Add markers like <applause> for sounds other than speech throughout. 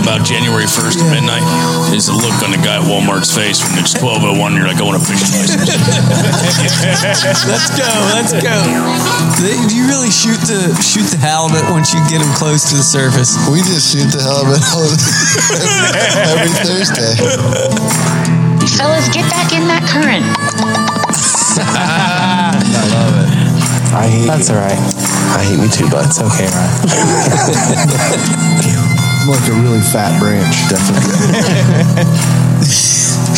about January 1st at midnight is the look on the guy at Walmart's face when it's 1201 and you're like, I want a fishing license. Let's go. Let's go. They, you really shoot the shoot the halibut once you get them close to the surface. We just shoot the hell out of it every Thursday. Fellas, get back in that current. I hate That's you. all right. I hate me too, bud. It's okay, Ryan. I'm like a really fat branch, definitely. <laughs>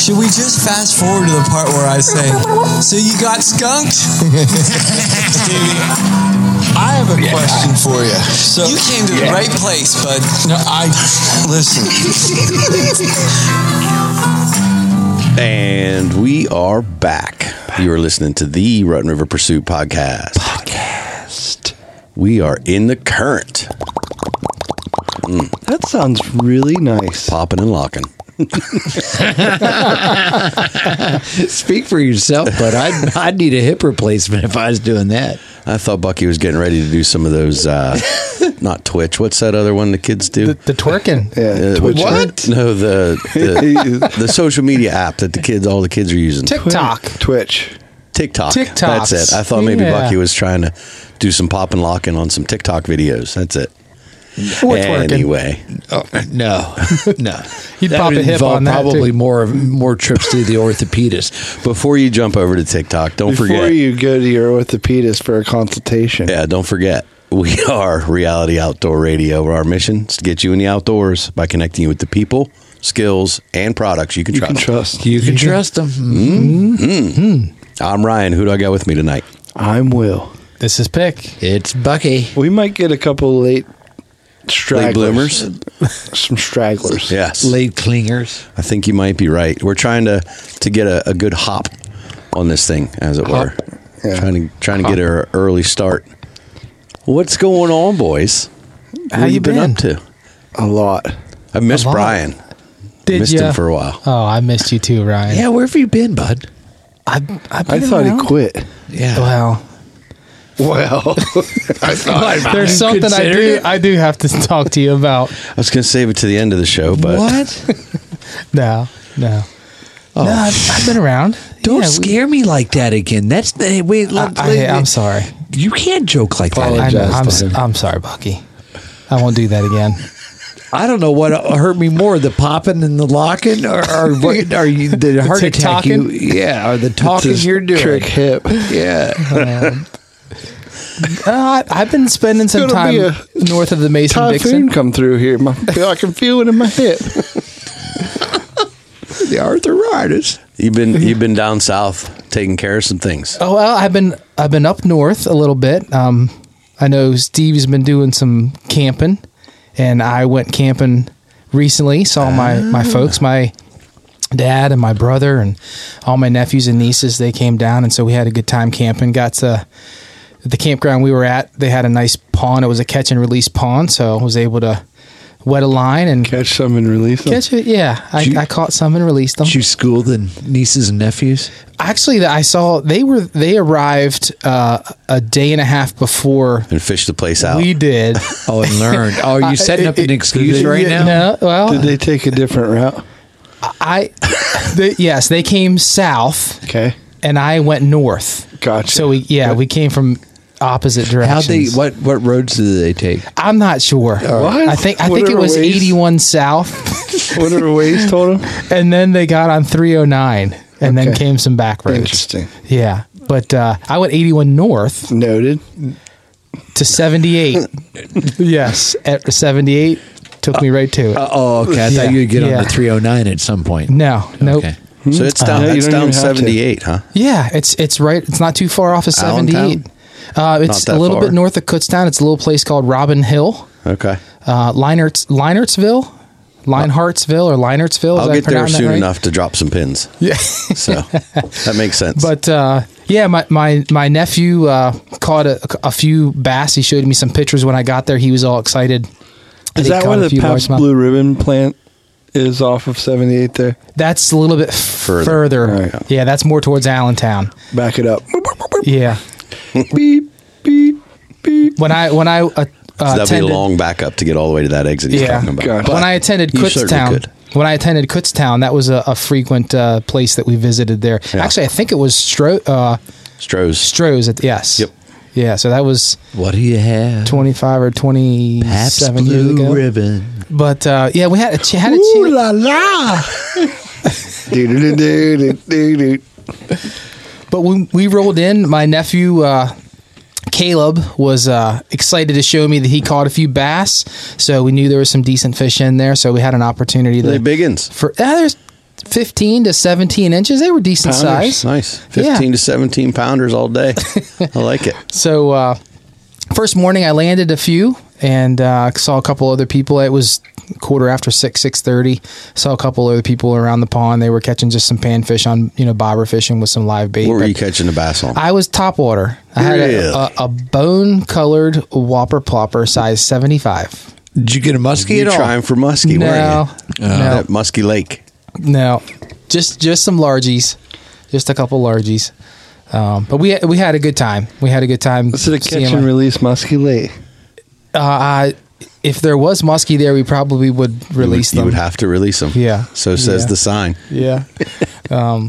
Should we just fast forward to the part where I say, "So you got skunked? <laughs> I have a question for you. So You came to the right place, bud." no, I listen. <laughs> And we are back. You are listening to the Rotten River Pursuit podcast. Podcast. We are in the current, Mm. That sounds really nice. popping and locking. Speak for yourself, but I'd, <laughs> I'd need a hip replacement if I was doing that. I thought Bucky was getting ready to do some of those, <laughs> uh, not Twitch. What's that other one the kids do? The, the <laughs> twerking. Yeah, Uh, Twitch. What? No, the, <laughs> the the social media app that the kids, all the kids are using. TikTok. Twitch. TikTok. TikToks. That's it. I thought maybe Yeah. Bucky was trying to do some pop and locking on some TikTok videos. That's it. Or twerking. anyway, Oh, no, <laughs> no. <laughs> You'd pop would a hip involve on that, Probably too. more more trips to the orthopedist. before you jump over to TikTok, don't Before forget. you go to your orthopedist for a consultation. yeah, don't forget. We <laughs> are Reality Outdoor Radio. Our mission is to get you in the outdoors by connecting you with the people, skills, and products you can You trust. can trust. You can trust them. Mm-hmm. I'm Ryan. Who do I got with me tonight? I'm Will. This is Pick. It's Bucky. We might get a couple late stragglers. Late bloomers. <laughs> Some stragglers. Yes. Late clingers. I think you might be right. We're trying to to get a, a good hop on this thing, as it were. Yeah. Trying to trying to get an early start. What's going on, boys? How What you been? up to? A lot. I missed A lot. Brian. Did missed ya? him for a while. Oh, I missed you too, Ryan. Yeah, where have you been, bud? I, I've I been thought around. he quit. Yeah. Well, <laughs> Well, there's something I considered do. it? I do have to talk to you about. I was going to save it to the end of the show, but what? No, no, no. I've, I've been around. <laughs> Don't Yeah, we- scare me like that again. That's the wait. let- I, let- I, I'm sorry. You can't joke like that. I I, know, Apologize I'm, to s- him. I'm sorry, Bucky. I won't do that again. I don't know what hurt me more: the popping and the locking, or, or what are you the heart attack? You, yeah, or the talking his you're doing. trick hip. Yeah, Uh, I, I've been spending some Gonna time be north of the Mason Typhoon Dixon. come through here. My, I can feel it in my <laughs> hip. the arthritis. you've been you've been down south taking care of some things. Oh well, I've been I've been up north a little bit. Um, I know Steve's been doing some camping, and I went camping recently. Saw my my folks, my dad and my brother, and all my nephews and nieces. They came down, and so we had a good time camping. Got to the campground we were at. They had a nice pond. It was a catch and release pond, so I was able to wet a line and Catch some and release them. catch it. Yeah, I, I caught some and released them Did you school the nieces and nephews? actually i saw they were they arrived uh, a day and a half before And fish the place out. we did <laughs> Oh, and learned. <laughs> Oh, are you setting up an excuse right now? no well Did they take a different route? i they, yes they came south Okay. and i went north Gotcha. so we yeah we came from opposite How they? directions What what roads did they take? i'm not sure What? i think i think it Whatever was ways. 81 south <laughs> Whatever Waze told him. and then they got on 309 and then Okay. came some back roads Interesting. yeah but uh, i went 81 north Noted. to 78. yes, at 78 took me right to it. Uh, Oh, okay. I Yeah, thought you'd get on yeah. the 309 at some point. no, nope. Okay. so it's down Yeah, you it's don't down even have to. seventy eight, huh? Yeah, it's it's right. It's not too far off of 78. Allentown? Uh, it's Not a that little far. bit north of Kutztown. It's a little place called Robin Hill, Okay. uh, Linerts, Linertsville, Linehartsville, or Linertsville. Is I'll that get there pronounced that soon right? enough to drop some pins. Yeah. so that makes sense. But uh, yeah, my my my nephew uh, caught a, a few bass. He showed me some pictures when I got there. He was all excited. Is They that caught where a the few Pabst largemouth. Blue Ribbon plant is off of 78 there? That's a little bit further. Right. Yeah, that's more towards Allentown. Back it up. Yeah. beep, beep, beep. when I when I uh, So that'd be attended- a long backup to get all the way to that exit he's Yeah. talking about. Gotcha. But when I attended you certainly Kutztown, could. when I attended Kutztown, that was a, a frequent uh, place that we visited there. Yeah. Actually, I think it was Stro, uh, Stroh's. Stroh's. At, yes. Yep. Yeah. So that was What do you have? 25 or 27 years ago. ribbon. But uh, yeah, we had a, ch- had a Ooh chance. la la! Do-do-do-do-do-do-do. But when we rolled in, my nephew uh, Caleb was uh, excited to show me that he caught a few bass. So we knew there was some decent fish in there. So we had an opportunity They to biggins. for ah, there's 15 to 17 inches. They were decent size. Nice. Yeah. 15 to 17 pounders all day. I like it. So uh, first morning, I landed a few and uh, saw a couple other people. It was quarter after six, six thirty. Saw a couple other people around the pond. They were catching just some panfish on you know bobber fishing with some live bait. What were But you catching the bass on? I was top water. I had Really? a, a, a bone colored whopper plopper size seventy five. Did you get a muskie You're at all? trying for muskie, No, weren't you? no, Uh, That muskie lake. no, just just some largies, just a couple largies. Um, but we we had a good time. We had a good time. Is it a catch seeing and my- release musky lake? Uh, if there was muskie there, we probably would release you would, them. You would have to release them. Yeah. So says Yeah. the sign. yeah. um,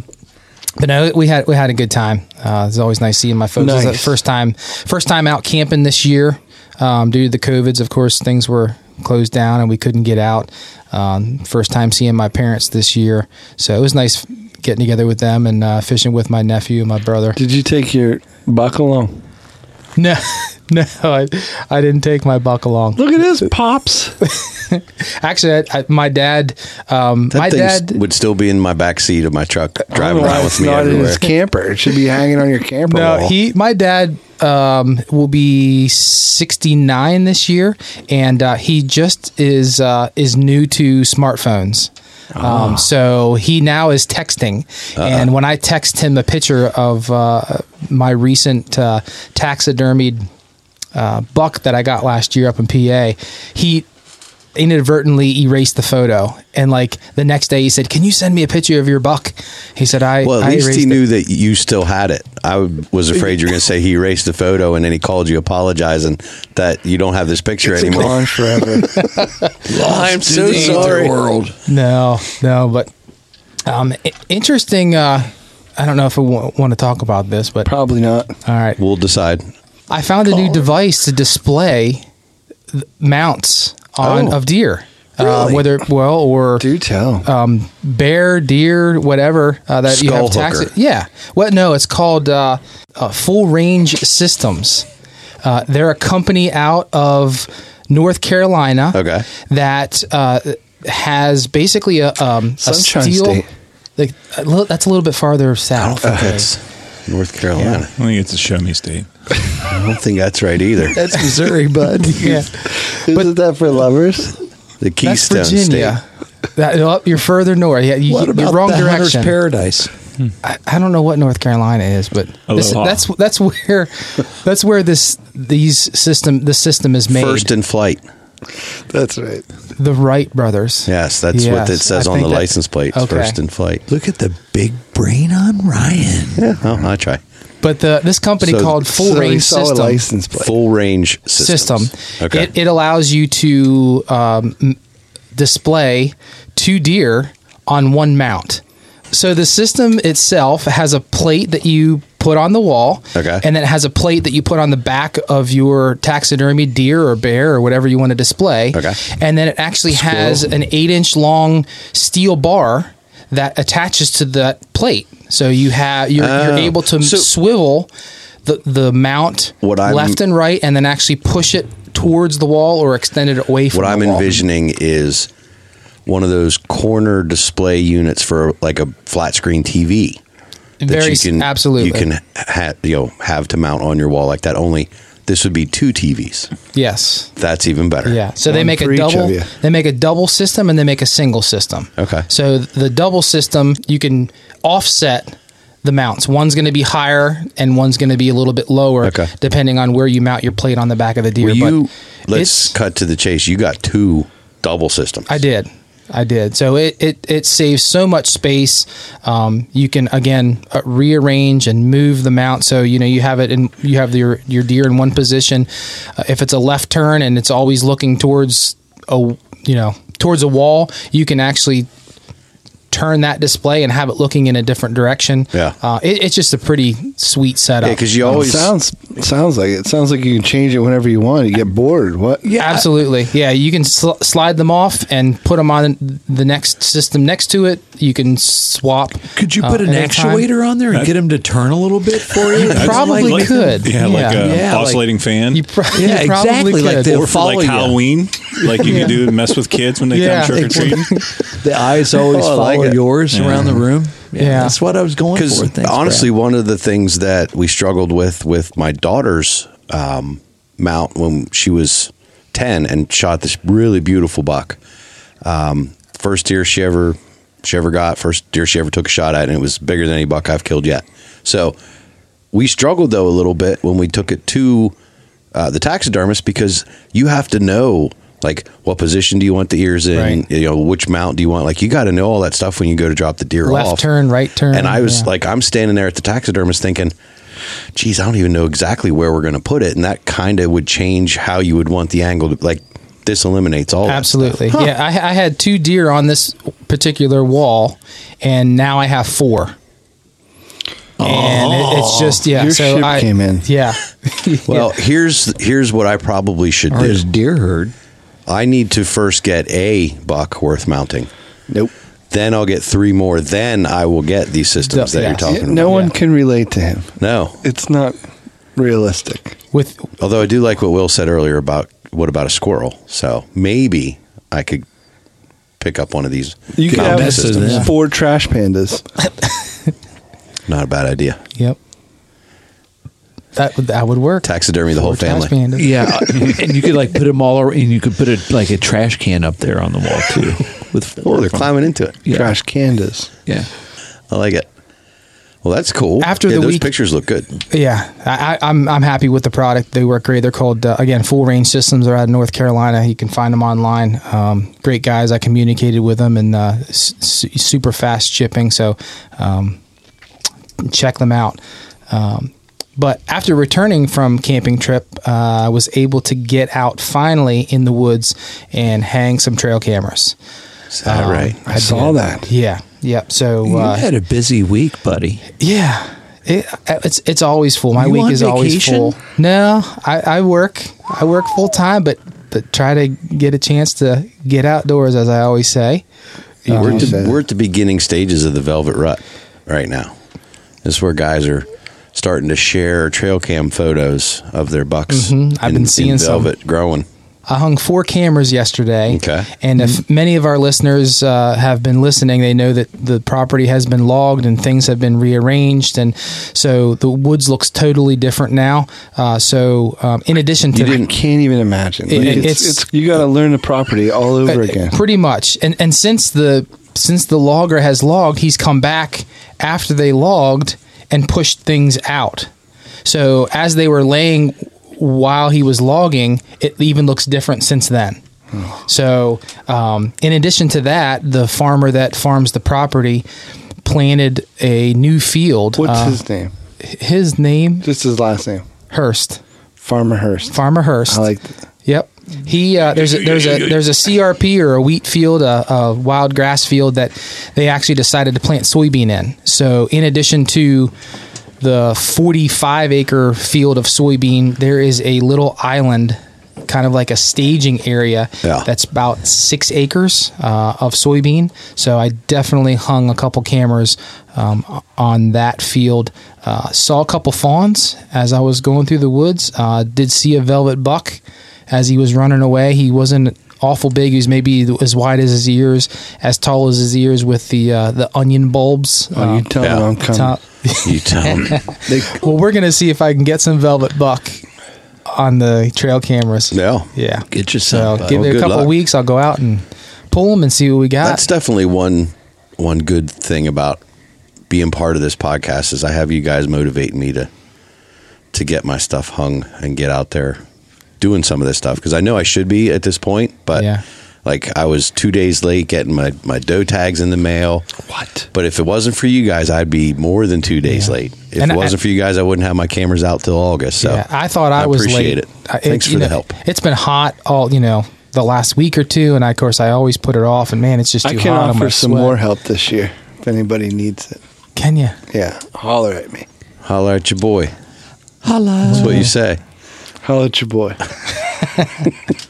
but no, we had we had a good time. Uh, it's always nice seeing my folks. It was the Nice. first time, first time out camping this year. Um, due to the covids, of course, things were closed down and we couldn't get out. Um, first time seeing my parents this year, so it was nice getting together with them and uh, fishing with my nephew and <laughs> my brother. Did you take your buck along? No, no, I, I didn't take my buck along. Look at this, pops. Actually, I, I, my dad, um, That my thing s- dad Oh, would still be in my back seat of my truck, driving Why around with it's me not in everywhere. his camper. It should be hanging on your camper No, wall. he. My dad um, will be sixty nine this year, and uh, he just is uh, is new to smartphones. Ah. Um, so he now is texting, Uh-uh. and when I text him a picture of uh, my recent uh, taxidermied uh, buck that I got last year up in PA, he inadvertently erased the photo. And like the next day, he said, "Can you send me a picture of your buck?" He said, "I." Well, at I least erased he it." knew that you still had it. I w- <laughs> was afraid you were going to say he erased the photo and then he called you apologizing that you don't have this picture It's anymore. gone <laughs> forever. I'm To so the ether sorry. World. No, no, but um, i- interesting. Uh, I don't know if I want to talk about this, but all Probably not. right. We'll decide. I found a new device to display th- mounts on Oh. of deer, uh, whether well or Do tell. um, bear, deer, whatever uh, that you have Skull taxi. hooker. Yeah. Well, no, it's called uh, uh, Full Range Systems. Uh, they're a company out of North Carolina. Okay. That uh, has basically a, um, a Sunshine steel. State. Like, a little- that's a little bit farther south. I think. That's North Carolina. I think it's a show me state. <laughs> I don't think that's right either. That's Missouri, bud. Yeah. Isn't that for lovers? The That's Keystone Virginia. That, well, you're further north. Yeah, you, What you're about wrong the hunter's direction. paradise? I, I don't know what North Carolina is, but this, Aloha. that's that's where that's where this these system the system is State. made. First in flight. That's right. the Wright brothers. Yes, that's what it Yes, says I on think the that- license plate. It's okay. First in flight. Look at the big brain on Ryan. Yeah, oh, I try. But the this company So- called Full So he Range saw a System license plate. Full range system. systems. Okay. It, it allows you to um, m- display two deer on one mount. So the system itself has a plate that you put on the wall, Okay. and then it has a plate that you put on the back of your taxidermy deer or bear or whatever you want to display. Okay. And then it actually has an eight-inch long steel bar that attaches to that plate. So you have you're, you're Oh. able to So- swivel the the mount What I'm- left and right, and then actually push it towards the wall or extend it away from what I'm the wall. envisioning is one of those corner display units for like a flat screen TV that Very you can absolutely. you can ha- you know have to mount on your wall like that. Only this would be two TVs. yes. That's even better. Yeah. So they One make for a each of double. you. They make a double system and they make a single system. Okay. So the double system you can offset the mounts. One's going to be higher and one's going to be a little bit lower, Okay. depending on where you mount your plate on the back of the deer. Were you but let's it's- cut to the chase. You got two double systems. I did. I did. So it, it, it saves so much space. Um, you can again uh, rearrange and move the mount. So you know you have it in you have your your deer in one position. Uh, if it's a left turn and it's always looking towards a you know towards a wall, you can actually turn that display and have it looking in a different direction. Yeah. uh, it, it's just a pretty sweet setup. Yeah, because you always Oh, sounds sounds like it. Sounds like you can change it whenever you want. You get bored. What? Yeah, absolutely. Yeah, you can sl- slide them off and put them on the next system next to it. You can swap. Could you uh, put an anytime. actuator on there and get him to turn a little bit for you? You probably Like- could. <laughs> Yeah, like Yeah. a Yeah, like- oscillating fan. You, pro- <laughs> you Yeah, probably exactly. could. Like the or for like follow you. Halloween, like you can do mess with kids when they Yeah. come trick or treating. The <laughs> eyes always Oh, I follow like it. yours around the room. Yeah. that's what I was going for. because Thanks, honestly, Brad. one of the things that we struggled with with my daughter's um, mount when she was ten and shot this really beautiful buck, um, first deer she ever she ever got, first deer she ever took a shot at, and it was bigger than any buck I've killed yet. So we struggled though a little bit when we took it to uh, the taxidermist because you have to know like what position do you want the ears in Right. you know which mount do you want like you got to know all that stuff when you go to drop the deer Left off turn, right turn, and i was yeah. like i'm standing there at the taxidermist thinking geez i don't even know exactly where we're going to put it and that kind of would change how you would want the angle to like this eliminates all that stuff. Absolutely. Yeah, I, I had two deer on this particular wall, and now I have four. And it, it's just yeah. Your so ship I came in. <laughs> Yeah. well here's here's what i probably should or do his deer herd. I need to first get a buck worth mounting. Nope. Then I'll get three more. Then I will get these systems The- that yes. you're talking No about. one can relate to him. No. It's not realistic. With Although I do like what Will said earlier about what about a squirrel. So maybe I could pick up one of these. You could mounting have mess with systems. them. four trash pandas. Not a bad idea. yep. That would that would work. Taxidermy the whole Four trash family. <laughs> pandas. Yeah, and you could like put them all, over, and you could put a like a trash can up there on the wall <laughs> too. With Oh, they're climbing into it. Yeah. Trash candas. Yeah, I like it. Well, that's cool. After Yeah, the those week- pictures look good. Yeah, I, I, I'm I'm happy with the product. They work great. They're called uh, again Full Range Systems. They're out of North Carolina. You can find them online. Um, great guys. I communicated with them and uh, s- su- super fast shipping. So um, check them out. Um, but after returning from camping trip, uh, I was able to get out finally in the woods and hang some trail cameras. Um, Is that right? I, saw that. Yeah. Yep. So uh, you had a busy week, buddy. yeah. It, uh, it's it's always full. My You week on is always vacation? full. No, I, I work. I work full time, but but try to get a chance to get outdoors, as I always say. we're, at you said the, it. we're at the beginning stages of the velvet rut right now. This is where guys are starting to share trail cam photos of their bucks. Mm-hmm. I've been seeing some. velvet growing. I hung four cameras yesterday. Okay. And Mm-hmm. if many of our listeners uh, have been listening, they know that the property has been logged and things have been rearranged, and so the woods looks totally different now. Uh, so um, in addition to I can't even imagine. It- Like, it- it's, it's- it's- you got to learn the property all over Uh, again. Pretty much. And and since the since the logger has logged, he's come back after they logged and pushed things out. So as they were laying while he was logging, it even looks different since then. So, um, in addition to that, the farmer that farms the property planted a new field. What's Uh, his name? his name? Just his last name. Hurst. Farmer Hurst. Farmer Hurst. I like that. Yep. He uh, there's a, there's a there's a CRP or a wheat field, a, a wild grass field that they actually decided to plant soybean in. So in addition to the 45 acre field of soybean, there is a little island, kind of like a staging area Yeah. that's about six acres uh, of soybean. So I definitely hung a couple cameras um, on that field. Uh, saw a couple fawns as I was going through the woods. Uh, did see a velvet buck as he was running away. He wasn't awful big. He was maybe as wide as his ears, as tall as his ears, with the uh, the onion bulbs. Oh, uh, you tell yeah. him I'm coming. top. You tell <laughs> them. Well, we're gonna see if I can get some velvet buck on the trail cameras. yeah. Yeah. Get So yourself. give Well, it a good couple luck. weeks. I'll go out and pull them and see what we got. That's definitely one one good thing about being part of this podcast is I have you guys motivating me to to get my stuff hung and get out there doing some of this stuff because I know I should be at this point, but Yeah. Like I was two days late getting my my doe tags in the mail. What? But if it wasn't for you guys, I'd be more than two days late. If And it I- wasn't for you guys, I wouldn't have my cameras out till August. So Yeah, I thought I, was appreciate late. it. I- Thanks you for the know, help. It's been hot all you know the last week or two, and I, of course I always put it off. And man, it's just too I can hot. I'm offer gonna some sweat. more help this year if anybody needs it. Can you? Yeah, holler at me. Holler at your boy. Hello. That's what you say. Holler at your boy.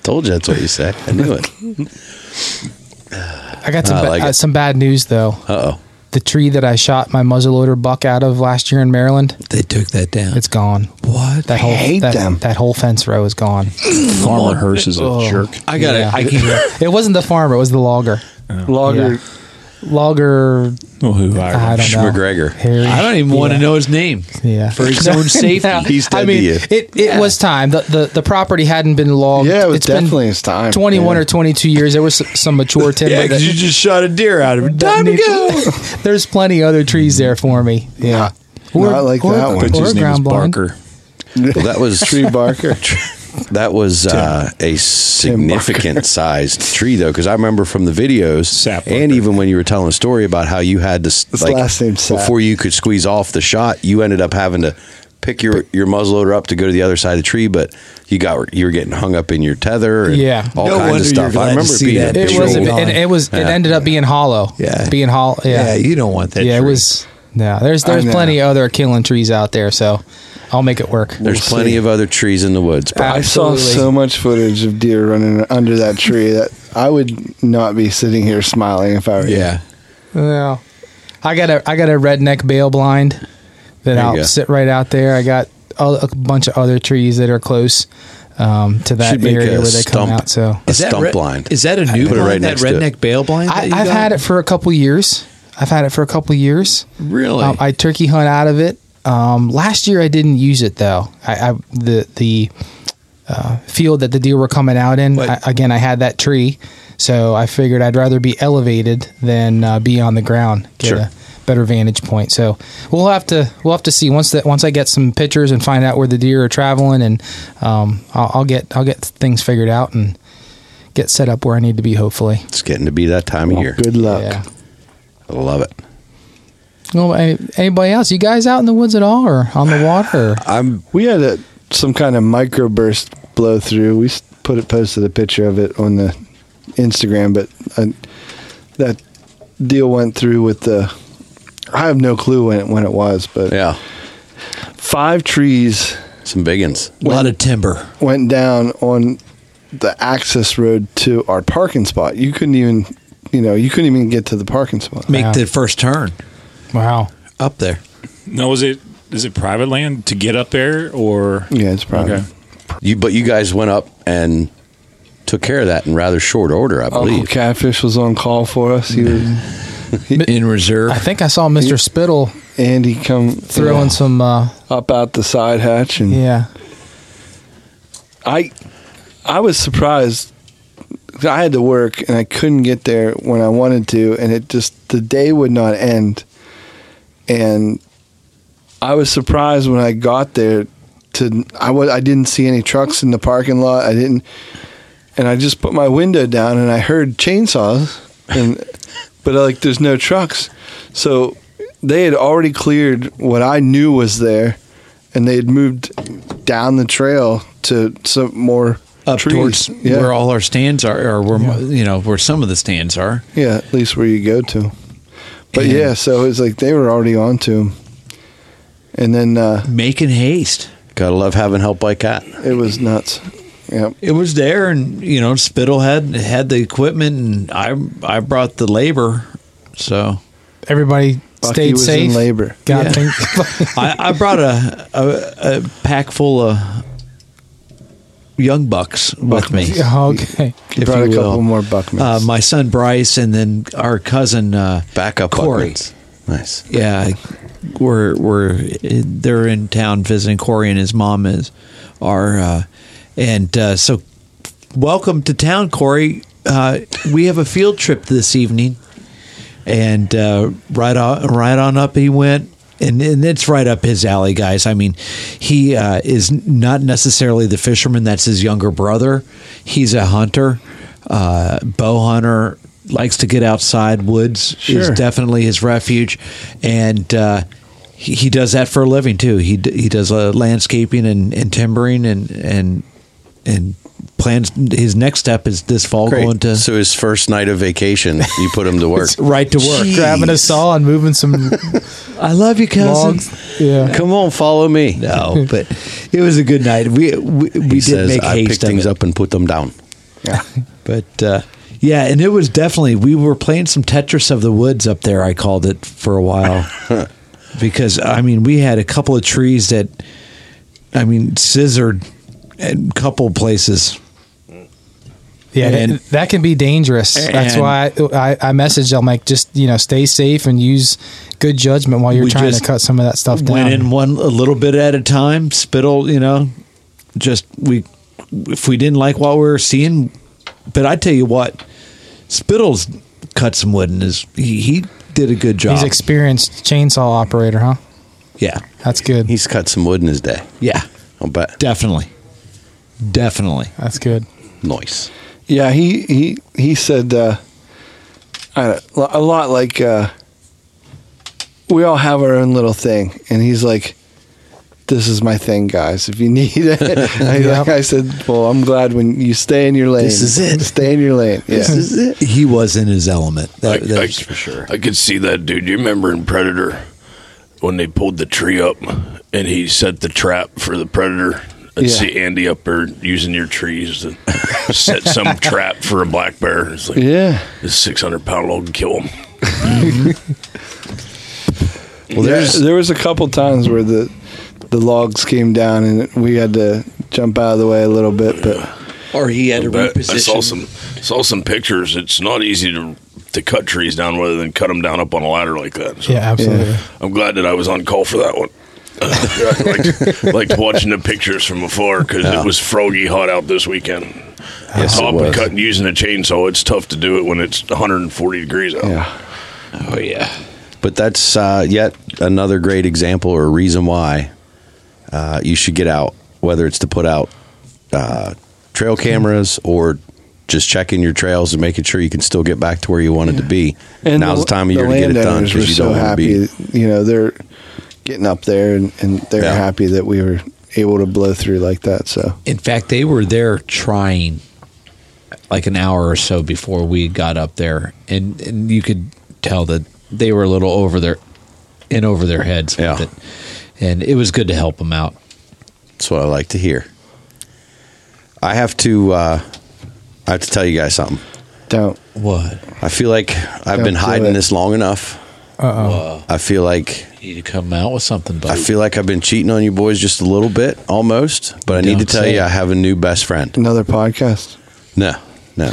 Told you that's what you say. I <laughs> knew it. I got some, I ba- like uh, it. some bad news though. Uh oh. The tree that I shot my muzzleloader buck out of last year in Maryland, They took that down. it's gone. what? That whole hate that, them. that whole fence row is gone. Farmer Hearse is a jerk. I got Oh. Yeah. it. I can't. <laughs> It wasn't the farmer; it was the logger. Logger. Yeah. Logger. Well, who I I don't know. McGregor. Harry. I don't even want to know his name. <laughs> Yeah. For his own safety. He's dead I to mean, you. it, it was time. The, the the property hadn't been logged. Yeah, it was Oh, It's been definitely his time. 21 yeah. or 22 years. There was s- <laughs> some mature timber. Yeah, that- because you just shot a deer out of it. that Time to needs- go. <laughs> There's plenty other trees there for me. Yeah. Not like that one. But or his name is ground blind. Barker. Well, that was Tree <laughs> Barker. That was uh, a significant <laughs> sized tree, though, because I remember from the videos, Sapling. and even when you were telling a story about how you had to s- His like last name's Sap. before you could squeeze off the shot, you ended up having to pick your your muzzleloader up to go to the other side of the tree, but you got you were getting hung up in your tether, and Yeah. all No kinds of wonder you're stuff. glad I to remember see being that. a It big was, a, old- old and on. it was, it ended up being hollow. Yeah. being hollow. Yeah, Yeah, you don't want that. yeah. It tree. was. No, there's I there's know. plenty of other killing trees out there, so I'll make it work. There's plenty of other trees in the woods, but <laughs> I saw Absolutely. so much footage of deer running under that tree that I would not be sitting here smiling if I were you. Yeah. Yeah. I got a I got a redneck bale blind that you I'll go. sit right out there. I got a, a bunch of other trees that are close um, to that Should make area a where they come stump. out. So a stump red- blind. Is that a new Put it blind, right that next to it. redneck bail blind? I, I've had it for a couple years. I've had it for a couple years. Really? Um, I turkey hunt out of it. Um, last year I didn't use it though. I, I the the uh, field that the deer were coming out in. I, But- again, I had that tree, so I figured I'd rather be elevated than uh, be on the ground. Get Sure. a better vantage point. So we'll have to we'll have to see once that once I get some pictures and find out where the deer are traveling, and um, I'll, I'll get I'll get things figured out and get set up where I need to be. Hopefully, it's getting to be that time of Oh, Well, year. good luck. yeah. I love it. Well, a- anybody else? You guys out in the woods at all, or on the water? Or? <sighs> I'm We had a, some kind of microburst blow through. We s- put it posted a picture of it on the Instagram, but uh, that deal went through with the. I have no clue when it, when it was, but yeah, five trees some biggins. a lot of timber. went down on the access road to our parking spot. You couldn't even, you know, you couldn't even get to the parking spot. Make Wow. the first turn Wow. up there. No, is it is it private land to get up there or Yeah, it's probably. Okay. You but you guys went up and took care of that in rather short order, Oh, I Uncle believe. Catfish was on call for us. He was, <laughs> In reserve. I think I saw Mr. Spittle and he come throwing yeah, some. Uh, up out the side hatch, and yeah. I, I was surprised. 'Cause I had to work and I couldn't get there when I wanted to, and it just the day would not end. And I was surprised when I got there. To I was I didn't see any trucks in the parking lot. I didn't, and I just put my window down and I heard chainsaws, and but like there's no trucks, so they had already cleared what I knew was there, and they had moved down the trail to some more Uh, up trees. towards yeah. where all our stands are, or where you know where some of the stands are. Yeah, at least where you go to. But And- yeah, so it's like they were already on to him. And then uh, Making haste. Gotta love having help like that. it was nuts. Yep. It was there, and you know Spittle had had the equipment, and I I brought the labor. So Everybody Bucky stayed was safe. in labor. God, Yeah. <laughs> thank- I, I brought a, a a pack full of young bucks with <laughs> me. okay. He if brought a you couple will. more Buckmans. Uh, my son Bryce, and then our cousin uh, Backup Corey. buckets. Nice. yeah, we're we're they're in town visiting Corey and his mom is are, uh, and uh, so welcome to town, Corey. Uh, we have a field trip this evening, and uh, right on right on up he went. And, and it's right up his alley, guys. I mean, he uh, is not necessarily the fisherman. That's his younger brother. He's a hunter. Uh, bow hunter likes to get outside. Woods is Sure. definitely his refuge, and uh, he, he does that for a living too. He d- he does uh, landscaping and, and timbering and and and plans. His next step is this fall going to so his first night of vacation, you put <laughs> him to work. Right to work, grabbing a saw Oh, and moving some I love you, cousin. logs. Yeah. Come on, follow me. No, but it was a good night. We we, we he did says, make "I haste pick of things it. up and put them down." But uh, yeah, and it was definitely we were playing some Tetris of the woods up there. I called it for <laughs> a while because I mean we had a couple of trees that I mean scissored in a couple places. Yeah, And- that, <laughs> that can be dangerous. That's and- why I, I, I messaged them like just you know stay safe and use good judgment while you're We trying to just cut some of that stuff down. Went in one a little bit at a time. Spittle, you know, just we if we didn't like what we were seeing. But I tell you what, Spittle's cut some wood and is he, he did a good job. He's experienced chainsaw operator, huh? yeah, That's good. He's cut some wood in his day. yeah, I'll bet. definitely, definitely. That's good. Nice. Yeah, he he he said uh, I, a lot like uh, we all have our own little thing, and he's like, "This is my thing, guys. If you need it." <laughs> I, Like I said, well, I'm glad when you stay in your lane. This is it. Stay in your lane. Yeah. He was in his element. That, I- I- that's for sure. I could see that dude. You remember in Predator when they pulled the tree up and he set the trap for the predator. I Yeah. see Andy up there using your trees to set some trap for a black bear. It's like yeah. this six hundred pound log kill him. Well, there's there was a couple times where the the logs came down and we had to jump out of the way a little bit, but Or he had to But I saw reposition. some saw some pictures. It's not easy to to cut trees down rather than cut them down up on a ladder like that. So Yeah, absolutely. I'm glad that I was on call for that one. <laughs> I liked, liked watching the pictures from afar because it was froggy hot out this weekend. Yes, it top was. of cutting using a chainsaw, it's tough to do it when it's 140 degrees out. yeah. Oh yeah. But that's uh, yet another great example or reason why uh, you should get out, whether it's to put out uh, trail cameras or just checking your trails and making sure you can still get back to where you wanted to be. Now's the, time of year to get it done landowners were because you don't want to be. happy. You know, they're getting up there and, and they're Yeah. happy that we were able to blow through like that. So In fact, they were there trying like an hour or so before we got up there, and, and you could tell that they were a little over their in over their heads Yeah. with it, and it was good to help them out. That's what I like to hear. I have to. Uh, I have to tell you guys something. don't. What I feel like I've Don't been do hiding it. this long enough. Uh-oh. I feel like you need to come out with something, I buddy. feel like I've been cheating on you boys just a little bit, almost. But I need to Don't tell say you, it. I have a new best friend. Another podcast. No, no,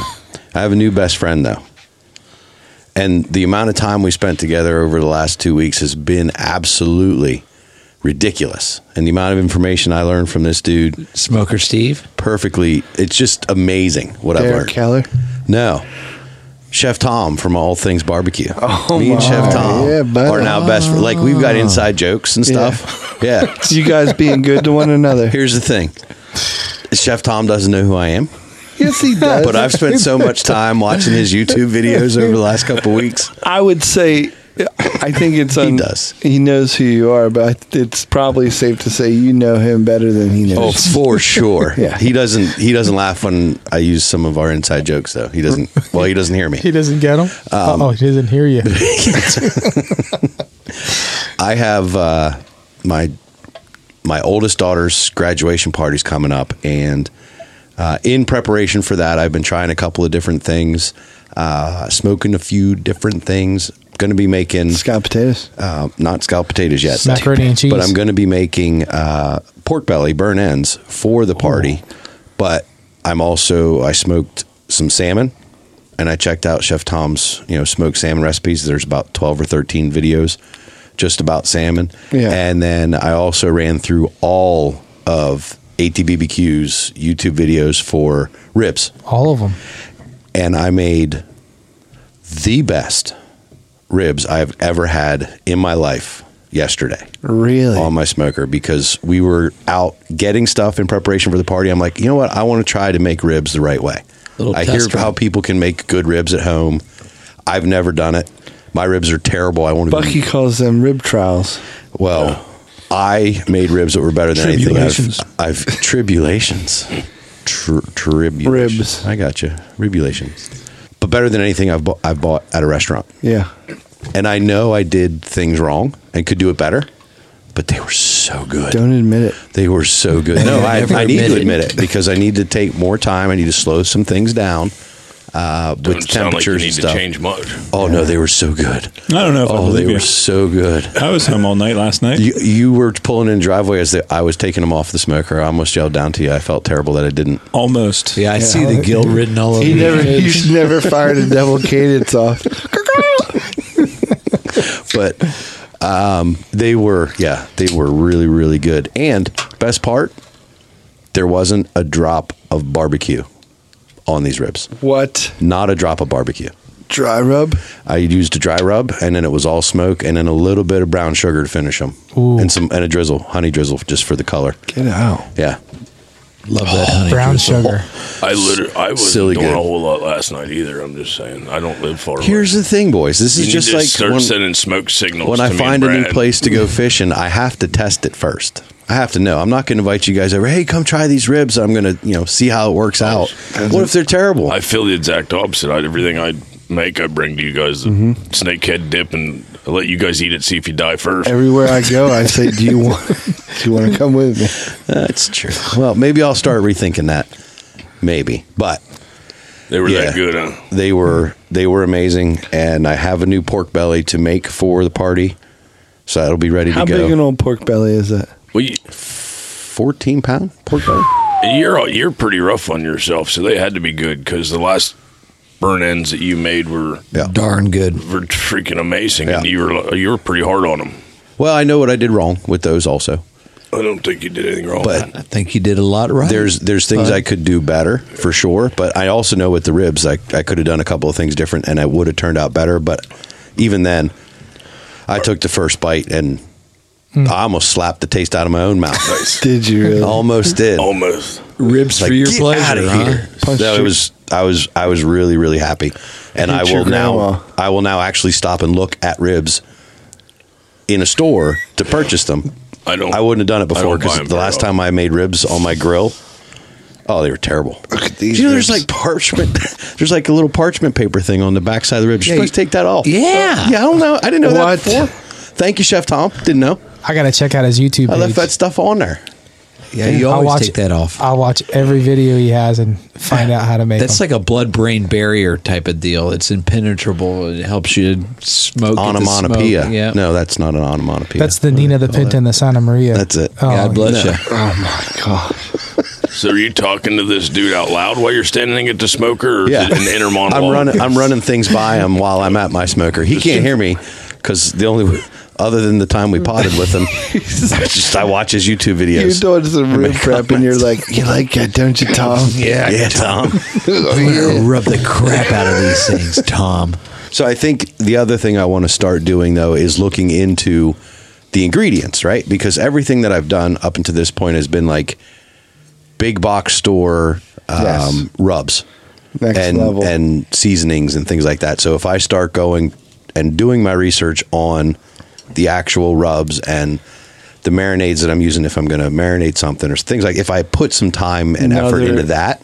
I have a new best friend though, and the amount of time we spent together over the last two weeks has been absolutely ridiculous. And the amount of information I learned from this dude, Smoker Steve, perfectly—it's just amazing what I've Derek learned. Keller. No. Chef Tom from All Things Barbecue. Oh, me and Chef Tom Yeah, buddy. are now best. fr- Like we've got inside jokes and stuff. yeah. You guys being good to <laughs> one another. Here's the thing. Chef Tom doesn't know who I am, Yes, he does. but I've spent so much time watching his YouTube videos over the last couple of weeks. <laughs> I would say, I think it's un- does. He knows who you are, but it's probably safe to say you know him better than he Oh, knows. for sure. <laughs> Yeah. He doesn't he doesn't laugh when I use some of our inside jokes though. He doesn't well, he doesn't hear me. He doesn't get him. oh, he doesn't hear you. I have uh, my my oldest daughter's graduation party's coming up, and uh, in preparation for that, I've been trying a couple of different things, uh, smoking a few different things. Going to be making Scott potatoes. uh, not scalloped potatoes yet, Macaroni and cheese. but I'm going to be making uh, pork belly burn ends for the party. But I'm also I smoked some salmon, and I checked out Chef Tom's you know smoked salmon recipes. There's about twelve or thirteen videos just about salmon, Yeah. and then I also ran through all of ATBBQ's YouTube videos for ribs All of them. and I made the best ribs I've ever had in my life yesterday Really? on my smoker because we were out getting stuff in preparation for the party. I'm like, you know what? I want to try to make ribs the right way. Little I test hear run. how people can make good ribs at home. I've never done it. My ribs are terrible. I want to. Bucky calls them rib trials. Well, I made ribs that were better than anything I've, Tribulations. I've tribulations, Tri- tribulations. Ribs. I got you. Tribulations, but better than anything I've bought, I've bought at a restaurant. Yeah. And I know I did things wrong and could do it better, but they were so good. Don't admit it. They were so good. No, I, I need to admit it because I need to take more time. I need to slow some things down uh, Doesn't with sound like you temperatures need and stuff. to change much. Oh no, they were so good. I don't know if I Oh, they believe were you. so good. I was home all night last night. You, you were pulling in the driveway as the, I was taking them off the smoker. I almost yelled down to you. I felt terrible that I didn't. Almost. Yeah, I see the guilt written all over. He your never, face. he's never fired a double cadence <laughs> off. But um, they were, yeah, they were really, really good. And best part, there wasn't a drop of barbecue on these ribs. What Not a drop of barbecue. dry rub? I used a dry rub, and then it was all smoke, and then a little bit of brown sugar to finish them, and some and a drizzle, honey drizzle, just for the color. Get out. Yeah, Love that honey. Brown drizzle. sugar. I literally, I wasn't Silly doing good. a whole lot last night either. I'm just saying, I don't live far. away. Here's the thing, boys. This you is need just to like start when- sending smoke signals. when to I me find and a new Brad. place to go fishing, I have to test it first. I have to know. I'm not going to invite you guys over. Hey, come try these ribs. I'm going to, you know, see how it works out. What if they're terrible? I feel the exact opposite. I, everything I make, I bring to you guys the Mm-hmm. snakehead dip and I let you guys eat it. See if you die first. Everywhere I go, I say, "Do you want? <laughs> Do you want to come with me?" That's Uh, true. Well, maybe I'll start rethinking that. Maybe, but they were yeah. that good. Huh? they were they were amazing, and I have a new pork belly to make for the party, so that'll be ready How to big go. an old pork belly is that? Well, you, Fourteen pound pork belly. you're you're pretty rough on yourself, so they had to be good because the last burn ends that you made were Yeah. Darn good. were freaking amazing, and Yeah. you were you were pretty hard on them. Well, I know what I did wrong with those also, I don't think you did anything wrong. but I think you did a lot right. there's there's things I could do better for sure, but I also know with the ribs I I could have done a couple of things different and I would have turned out better, but even then I took the first bite and Hmm. I almost slapped the taste out of my own mouth. Did you really? almost did. almost. ribs for your Get pleasure. outta huh? here. Punched No, it your- was I was I was really really happy, and I Hit your will grandma. now I will now actually stop and look at ribs in a store to purchase them. I don't. I wouldn't have done it I before don't buy because 'em the very last often. time I made ribs on my grill, oh, they were terrible. Do you know there's like parchment? <laughs> there's like a little parchment paper thing on the backside of the ribs. You're supposed to take that off. Yeah. yeah. I don't know. I didn't know What? that before. Thank you, Chef Tom. Didn't know. I gotta check out his YouTube. Page. I left that stuff on there. Yeah, you I'll always watch- take that off. I'll watch every video he has and find out how to make. That's them. like a blood brain barrier type of deal. It's impenetrable. It helps you smoke. get the Onomatopoeia. smoke. Yeah. No, that's not an onomatopoeia. that's the Nina the Pinta and the Santa Maria. That's it. God bless you. oh my god! So are you talking to this dude out loud while you're standing at the smoker, or Yeah. is it an inner monologue? I'm running. I'm running things by him while I'm at my smoker. He can't hear me because the only other than the time we potted with him, I just I watch his YouTube You're videos. doing some rib prep, and you're like, "You like that, don't you, Tom?" <laughs> yeah, yeah, Tom. I'm gonna <laughs> rub the crap out of these things, Tom. So I think the other thing I want to start doing though is looking into the ingredients, right? Because everything that I've done up until this point has been like big box store um, Yes. rubs Next and level. and seasonings and things like that. So if I start going and doing my research on the actual rubs and the marinades that I'm using, if I'm going to marinate something or things like, if I put some time and effort Another- into that,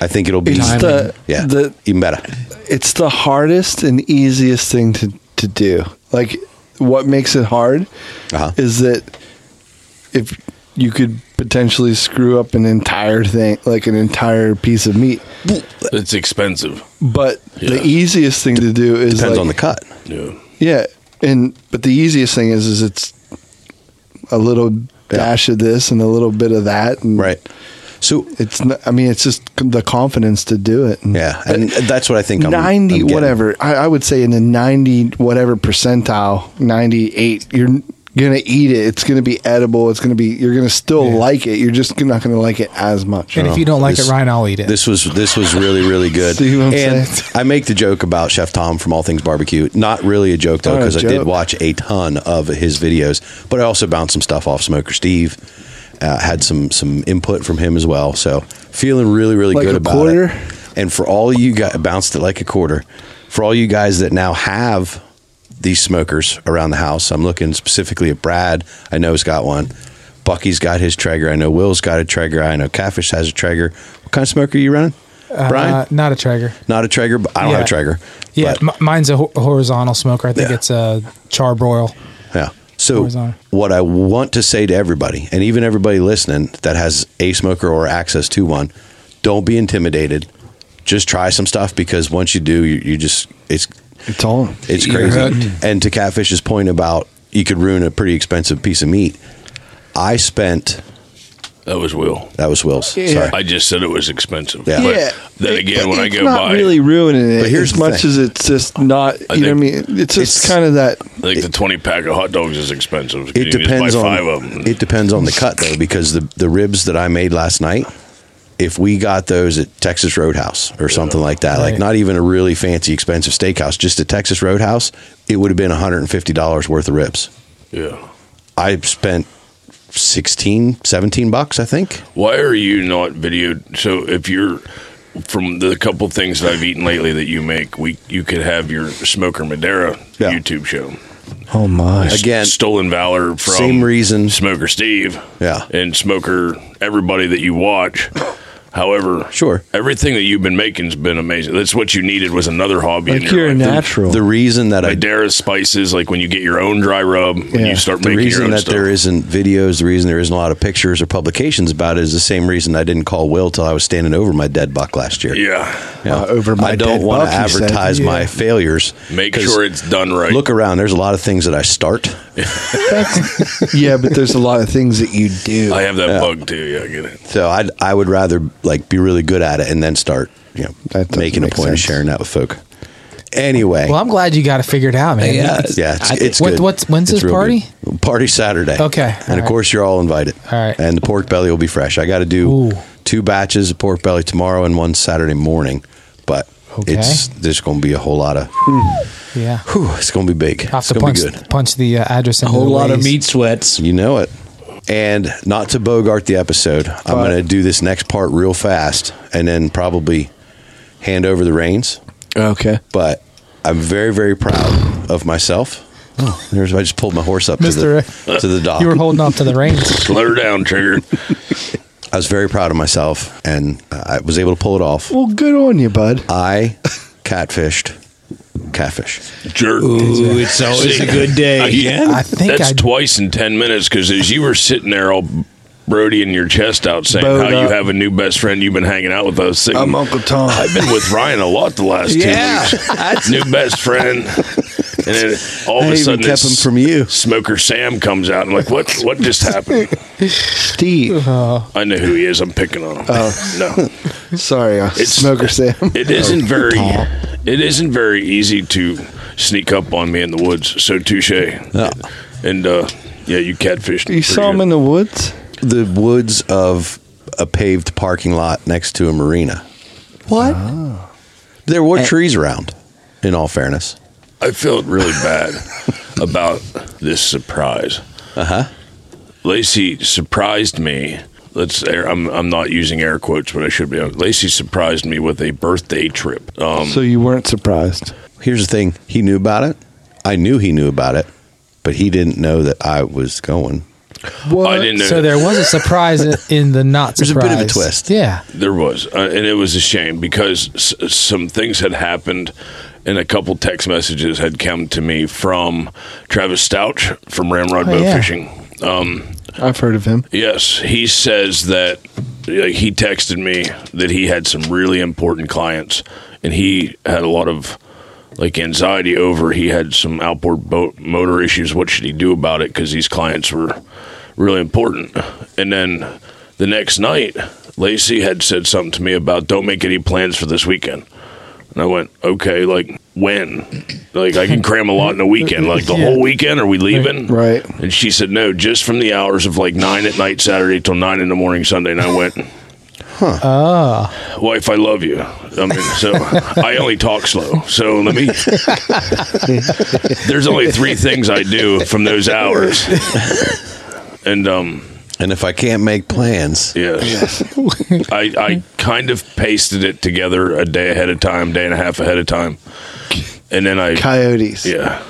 I think it'll be It's the- yeah the- even better. it's the hardest and easiest thing to, to do. Like, what makes it hard Uh-huh. is that if you could potentially screw up an entire thing, like an entire piece of meat, It's expensive. but Yeah. the easiest thing to do is Depends like, on the cut. Yeah. yeah, and but the easiest thing is is it's a little dash of this and a little bit of that, and Right. So It's not, I mean, it's just the confidence to do it. And yeah, and that's what I think. I'm, 90 I'm getting. whatever I, I would say in the 90 whatever percentile 98 you're gonna eat it it's gonna be edible it's gonna be you're gonna still like it you're just not gonna like it as much and if you don't like This- it, Ryan, I'll eat it. This was this was really really good. <laughs> See what I'm and saying? I make the joke about Chef Tom from All Things Barbecue. Not really a joke though, Not a because I did joke. watch a ton of his videos, but I also bounced some stuff off Smoker Steve. Uh, had some some input from him as well. So feeling really really Like good a about quarter? it. And for all you guys, bounced it like a quarter. For all you guys that now have these smokers around the house, I'm looking specifically at Brad. I know he's got one. Bucky's got his Traeger. I know Will's got a Traeger. I know Catfish has a Traeger. What kind of smoker are you running, Uh, Brian? not a Traeger. Not a Traeger, but I don't have a Yeah. Traeger. Yeah, m- mine's a, ho- horizontal smoker. I think it's a charbroil. Yeah. So Horizontal. what I want to say to everybody, and even everybody listening that has a smoker or access to one, don't be intimidated. Just try some stuff because once you do, you, you just it's it's on. It's You're crazy. hooked. And to Catfish's point about you could ruin a pretty expensive piece of meat, I spent. That was Will. That was Will's. Sorry. I just said it was expensive. Yeah. But Yeah. then again, when I it's go not by, really ruining it But here's as the much thing. as it's just not. You know what I mean? It's just kind of that. like the twenty pack of hot dogs is expensive. It you can depends just buy on five of them. it depends on the cut though because the the ribs that I made last night, if we got those at Texas Roadhouse or something like that, like Right. not even a really fancy expensive steakhouse, just a Texas Roadhouse, it would have been one hundred and fifty dollars worth of ribs. Yeah. I spent 16, 17 bucks, I think. Why are you not videoed? So if you're from the couple things that I've eaten lately that you make, we you could have your Smoker Madera YouTube show. Oh my! S- stolen valor from Same reason. Smoker Steve. Yeah. and Smoker everybody that you watch. However, sure, everything that you've been making's been amazing. That's what you needed was another hobby. in Like your you're a life. natural. The reason that I- Madera spices, like when you get your own dry rub, when you start the making reason your own that stuff. there isn't videos, the reason there isn't a lot of pictures or publications about it is the same reason I didn't call Will till I was standing over my dead buck last year. yeah, You know, Uh, over my I don't dead want to buck, you said. advertise Yeah. my failures. make 'cause sure it's done right. Look around. There's a lot of things that I start. <laughs> yeah, but there's a lot of things that you do. I have that bug too. Yeah, I get it. So I I would rather like be really good at it and then start you know making a make point of sense. sharing that with folk. Anyway, Well, I'm glad you got it figured out, man. yeah, it's, yeah, it's, it's What- good. What's when's It's this real party? good. Party Saturday. Okay, and all of right. course you're all invited. All right. and the pork belly will be fresh. I got to do two batches of pork belly tomorrow and one Saturday morning, but Okay. it's there's going to be a whole lot of. Yeah, Whew, it's going to be big. I'll have It's to going punch, to be good. punch the uh, address in. sweats. You know it. And not to bogart the episode, I'm going to do this next part real fast and then probably hand over the reins. Okay. But I'm very, very proud of myself. Oh, there's, I just pulled my horse up to the, Mister, to the dock. You were holding off to <laughs> the reins. Let her down, Trigger. I was very proud of myself and I was able to pull it off. Well, good on you, bud. I catfished catfish. Jerk. Ooh, it's always a good day. Again? I think That's I- twice in 10 minutes because as you were sitting there all brodying your chest out saying Bowed how up. you have a new best friend you've been hanging out with us. thinking, I'm Uncle Tom. I've been with Ryan a lot the last Yeah, two weeks. new best friend. And then all I of a even sudden, kept this him from you. Smoker Sam comes out. I'm like, what? What just happened? Steve. I know who he is. I'm picking on him. Oh. no, Sorry, <laughs> uh, smoker Sam. It isn't very. It isn't very easy to sneak up on me in the woods. So touche. And uh, yeah, you catfished. me You pretty saw good. him in the woods. The woods of a paved parking lot next to a marina. What? There were trees around, in all fairness. I felt really <laughs> bad about this surprise. Uh Uh-huh. huh. Lacey surprised me. Let's. Air, I'm. I'm not using air quotes, but I should be. Lacey surprised me with a birthday trip. Um, so you weren't surprised. Here's the thing he knew about it. I knew he knew about it, but he didn't know that I was going. I didn't know. So there was a surprise i- in the not There's a surprise. bit of a twist. Yeah. There was, uh, and it was a shame because s- some things had happened, and a couple text messages had come to me from Travis Stouch from Ramrod Bow Oh, yeah. Fishing. Um, I've heard of him. Yes, he says that uh, he texted me that he had some really important clients, and he had a lot of like anxiety over. He had some outboard boat motor issues. What should he do about it? Because these clients were really important. And then the next night, Lacey had said something to me about don't make any plans for this weekend. And I went, okay, like when? Like I can cram a lot in a weekend, like the <laughs> Yeah. whole weekend. Are we leaving? Right. And she said, no, just from the hours of like nine at night Saturday till nine in the morning Sunday. And I went, Huh. Ah. wife, I love you. I mean, so I only talk slow. So let me. There's only three things I do from those hours, and um, And if I can't make plans, Yes. I, I kind of pasted it together a day ahead of time, day and a half ahead of time. And then I Coyotes. Yeah.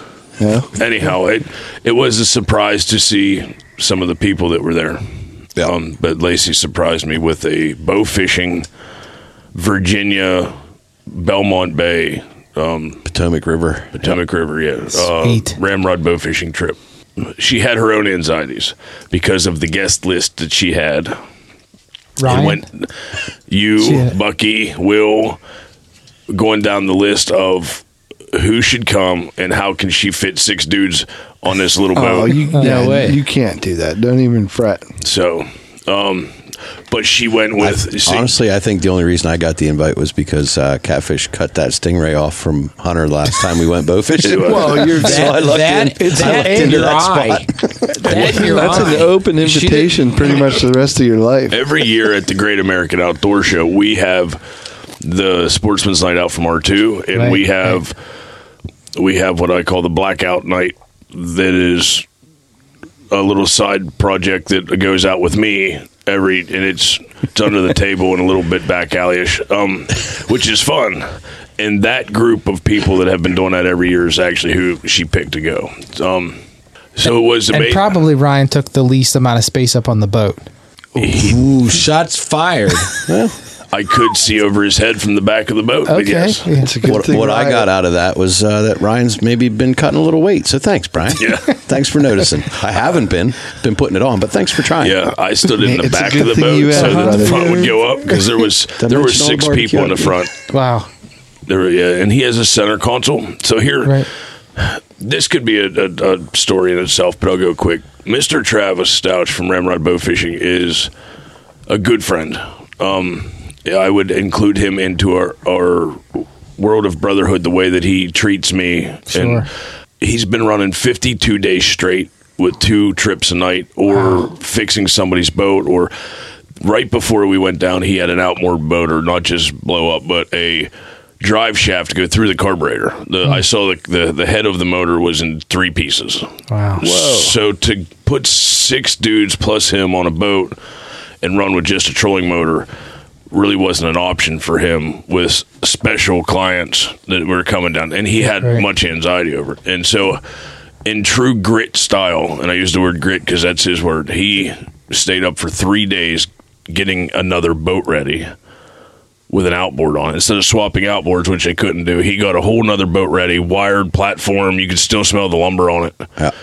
Yeah. Anyhow, it it was a surprise to see some of the people that were there. Um, but Lacey surprised me with a bow fishing Virginia Belmont Bay um, Potomac River. Potomac River, yeah. Uh, Sweet. ramrod bow fishing trip. She had her own anxieties because of the guest list that she had. Ryan? And when you, Shit. Bucky, Will, going down the list of who should come and how can she fit six dudes on this little boat. Oh, you, yeah, You can't do that. Don't even fret. so, um, but she went with. see, Honestly, I think the only reason I got the invite was because uh, Catfish cut that stingray off from Hunter last time we went bow fishing. <laughs> Well, you're- so I lucked that, in. that, I lucked and into your that eye. spot. That and your That's eye. an open She did- invitation pretty much the rest of your life. Every year at the Great American Outdoor Show, we have the Sportsman's Night Out from R2, and Right, we have we have what I call the Blackout Night. That is a little side project that goes out with me every, and it's it's under the table and a little bit back alleyish, um, which is fun. And that group of people that have been doing that every year is actually who she picked to go. Um, so it was And amazing. probably Ryan took the least amount of space up on the boat. Ooh, shots fired. I could see over his head from the back of the boat. but Okay. yes. Yeah. It's a good what, thing. what I Ryan- got out of that was uh, that Ryan's maybe been cutting a little weight. So thanks, Brian. Yeah. <laughs> thanks for noticing. I haven't been been putting it on, but thanks for trying. Yeah, I stood in the <laughs> It's a back good of the thing you boat had so it, that the brother. front would go up because there was there were Dimensional six barbecue. people in the front. Wow. There, were, yeah, and he has a center console. So here, Right. this could be a, a, a story in itself, but I'll go quick. Mr. Travis Stouch from Ramrod Bow Fishing is a good friend. Um, I would include him into our our world of brotherhood the way that he treats me. Sure. And he's been running 52 days straight with two trips a night or fixing somebody's boat or right before we went down he had an outboard boat or not just blow up but a drive shaft go through the carburetor Hmm. the, i saw the, the the head of the motor was in three pieces Wow. so to put six dudes plus him on a boat and run with just a trolling motor really wasn't an option for him with special clients that were coming down, and he had Right. much anxiety over it. And so, in true grit style, and I use the word grit because that's his word, he stayed up for three days getting another boat ready with an outboard on it. Instead of swapping outboards, which they couldn't do, he got a whole nother boat ready, wired platform. You could still smell the lumber on it.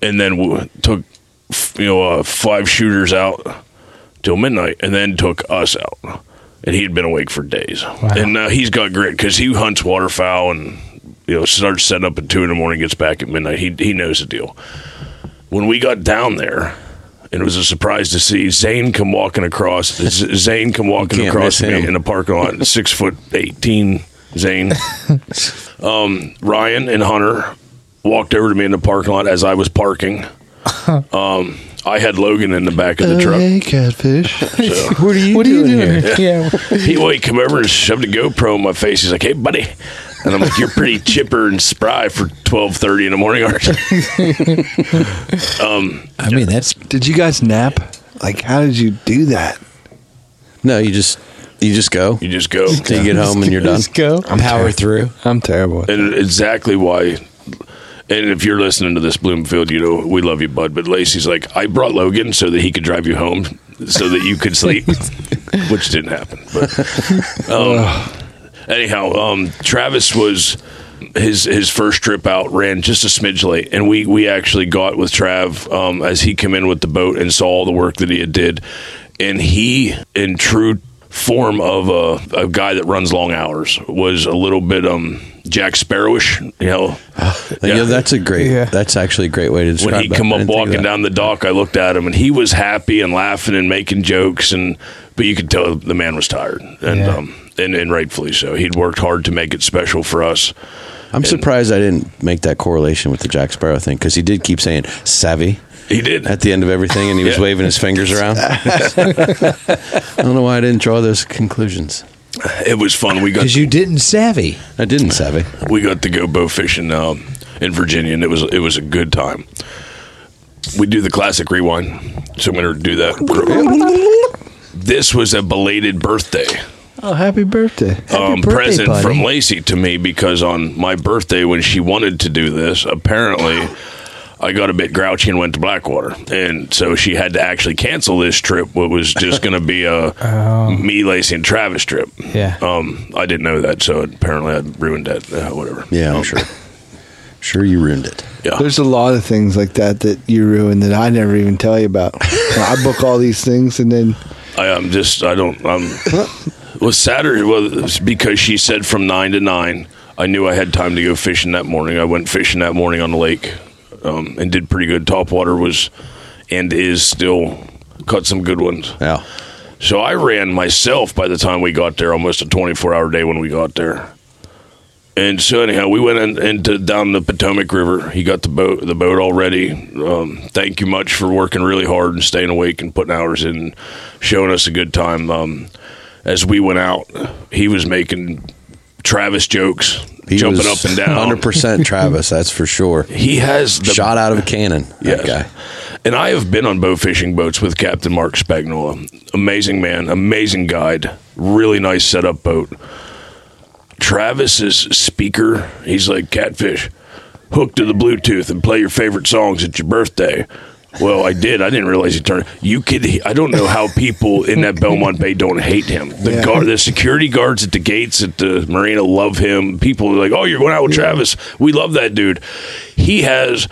And then w- took, f- you know, uh, five shooters out till midnight and then took us out. And he had been awake for days. And now he's got grit because he hunts waterfowl and, you know, starts setting up at two in the morning, gets back at midnight. He, he knows the deal. When we got down there, and it was a surprise to see Zane come walking across. Z- Zane come walking can't across miss me him. in a parking lot, six foot eighteen. <laughs> Zane, um, Ryan, and Hunter walked over to me in the parking lot as I was parking. Um, I had Logan in the back of the truck. <laughs> Hey, <laughs> catfish. What are you doing, here? <laughs> Yeah. He, well, he come over and shoved a GoPro in my face. He's like, "Hey, buddy," and I'm like, "You're pretty chipper and spry for 12:30 in the morning, aren't you?" I mean, that's Did you guys nap? Like, how did you do that? No, you just you just go. You just go. Till you get home and you're done. Just go. power through. I'm terrible. at and exactly why. And if you're listening to this, Bloomfield, you know we love you, bud. But Lacey's like, I brought Logan so that he could drive you home, so that you could sleep, which didn't happen. But um, anyhow, um, Travis was his his first trip out ran just a smidge late, and we we actually got with Trav um, as he came in with the boat and saw all the work that he had did, and he in true form of a, a guy that runs long hours was a little bit um Jack Sparrowish, you know. Yeah, Yeah. that's a great. Yeah. That's actually a great way to describe. When he that. come I up didn't think of walking that. down the dock, I looked at him and he was happy and laughing and making jokes and but you could tell the man was tired and Yeah. um and, and rightfully so. He'd worked hard to make it special for us. I'm surprised I didn't make that correlation with the Jack Sparrow thing because he did keep saying savvy He did. at the end of everything, and he was Yeah. waving his <laughs> fingers around. I don't know why I didn't draw those conclusions. It was fun. We got because you didn't savvy. I didn't savvy. uh, we got to go bow fishing um, in Virginia, and it was it was a good time. we do the classic rewind, so I'm going to do that. This was a belated birthday Oh, happy birthday! <laughs> um, present from Lacey to me because on my birthday when she wanted to do this, apparently I got a bit grouchy and went to Blackwater, and so she had to actually cancel this trip. What was just going to be <laughs> a Oh. me, Lacey, and Travis trip. Yeah. Oh, Um, I didn't know that, so apparently I ruined that. Uh, whatever. Yeah, I'm sure. Sure, you ruined it. Yeah. There's a lot of things like that that you ruin that I never even tell you <laughs> about. I book all these things and then I, I'm just I don't I'm was Saturday was because she said from nine to nine. I knew I had time to go fishing that morning. I went fishing that morning on the lake um, and did pretty good. Topwater was and is still caught some good ones. Yeah. So I ran myself by the time we got there, almost a 24 hour day when we got there. And so anyhow, we went in, into down the Potomac River. He got the boat, the boat all ready. Um, thank you much for working really hard and staying awake and putting hours in, and showing us a good time. Um, as we went out, he was making Travis jokes, He jumping up was and down. 100% Travis, that's for sure. He has the- shot out of a cannon. That guy. And I have been on bow fishing boats with Captain Mark Spagnola. Amazing man, amazing guide, really nice setup boat. Travis's speaker, he's like catfish, hook to the Bluetooth and play your favorite songs at your birthday. Well, I did. I didn't realize he turned. You could. I don't know how people in that Belmont Bay don't hate him. The Yeah. guard, the security guards at the gates at the marina love him. People are like, "Oh, you're going out with Travis. We love that dude." He has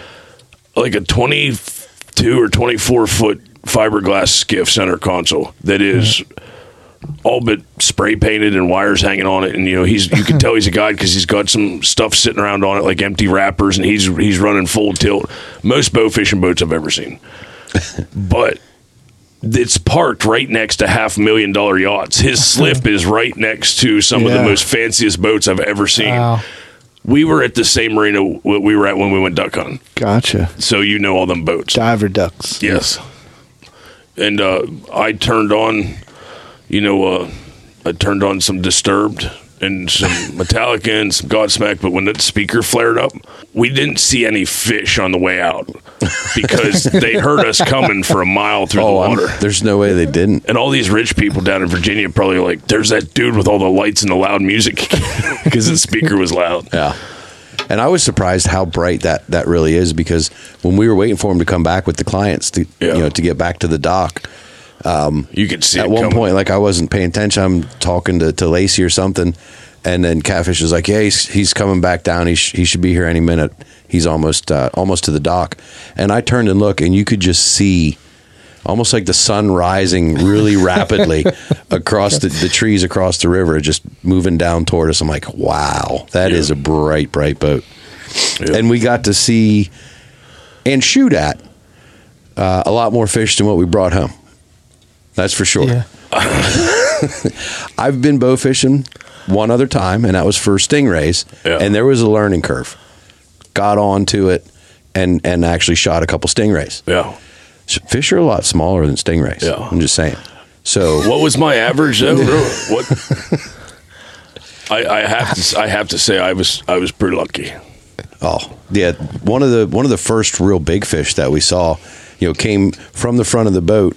like a 22 or 24 foot fiberglass skiff center console that is all but spray painted and wires hanging on it and you know he's you can tell he's a guy because he's got some stuff sitting around on it like empty wrappers and he's he's running full tilt most bow fishing boats i've ever seen but it's parked right next to half million dollar yachts his slip is right next to some of the Yeah. most fanciest boats i've ever seen Wow. we were at the same marina w- we were at when we went duck hunting gotcha so you know all them boats. diver ducks. Yes. And uh, I turned on, you know, uh, I turned on some Disturbed and some <laughs> Metallica and some Godsmack. But when that speaker flared up, we didn't see any fish on the way out <laughs> because they heard us coming for a mile through the Oh, I'm- water. there's no way they didn't. and all these rich people down in Virginia probably like, there's that dude with all the lights and the loud music <laughs> because the speaker was loud. Yeah. And I was surprised how bright that that really is because when we were waiting for him to come back with the clients to you know to get back to the dock, You could see at it one coming. point like I wasn't paying attention. I'm talking to, to Lacey or something, and then Catfish is like, "Yeah, he's, he's coming back down. He, sh- he should be here any minute. He's almost uh, almost to the dock." And I turned and looked, and you could just see. Almost like the sun rising really rapidly across the, the trees across the river, just moving down toward us. I'm like, wow, that is a bright, bright boat. And we got to see and shoot at uh, a lot more fish than what we brought home. That's for sure. Yeah. I've been bow fishing one other time, and that was for stingrays. Yeah. And there was a learning curve. Got onto it and and actually shot a couple stingrays. Yeah. S- Fish are a lot smaller than stingrays. Yeah. I'm just saying. So What was my average though? what? I, I have to I have to say I was I was pretty lucky. oh yeah, one of the one of the first real big fish that we saw, you know, came from the front of the boat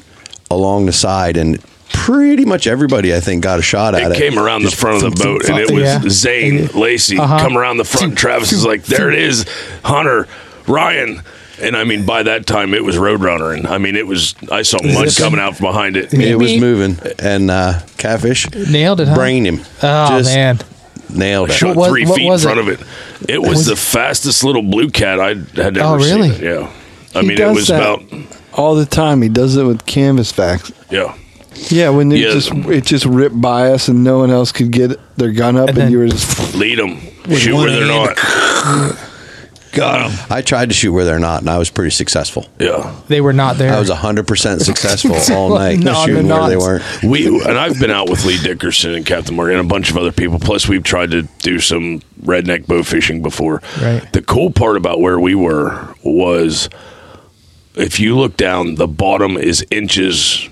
along the side and. Pretty much everybody, I think, got a shot at It it. came around the Just front <laughs> of the boat and it was Yeah. Zane Lacey come around the front. Travis is like, there it is, Hunter Ryan. And I mean, by that time it was Roadrunner, and I mean it was I saw mud coming out from behind it. it was moving, and uh, catfish Nailed it, huh? brained him. Oh, man. nailed it. Shot was- three what feet was in front it? of it. It was, Was the it- fastest little blue cat I had ever Oh, really? seen. Yeah, I He mean it does was that about all the time. He does it with canvas backs. yeah. Yeah, when they Yeah. just it just ripped by us and no one else could get their gun up and, And then- you were just Lead them, shoot where they're not. Got him. I tried to shoot where they're not, and I was pretty successful. Yeah. They were not there. I was hundred <laughs> percent successful all night No, shooting they're where they not. weren't. We and I've been out with Lee Dickerson and Captain Martin and a bunch of other people. Plus, we've tried to do some redneck bow fishing before. Right. The cool part about where we were was, if you look down, the bottom is inches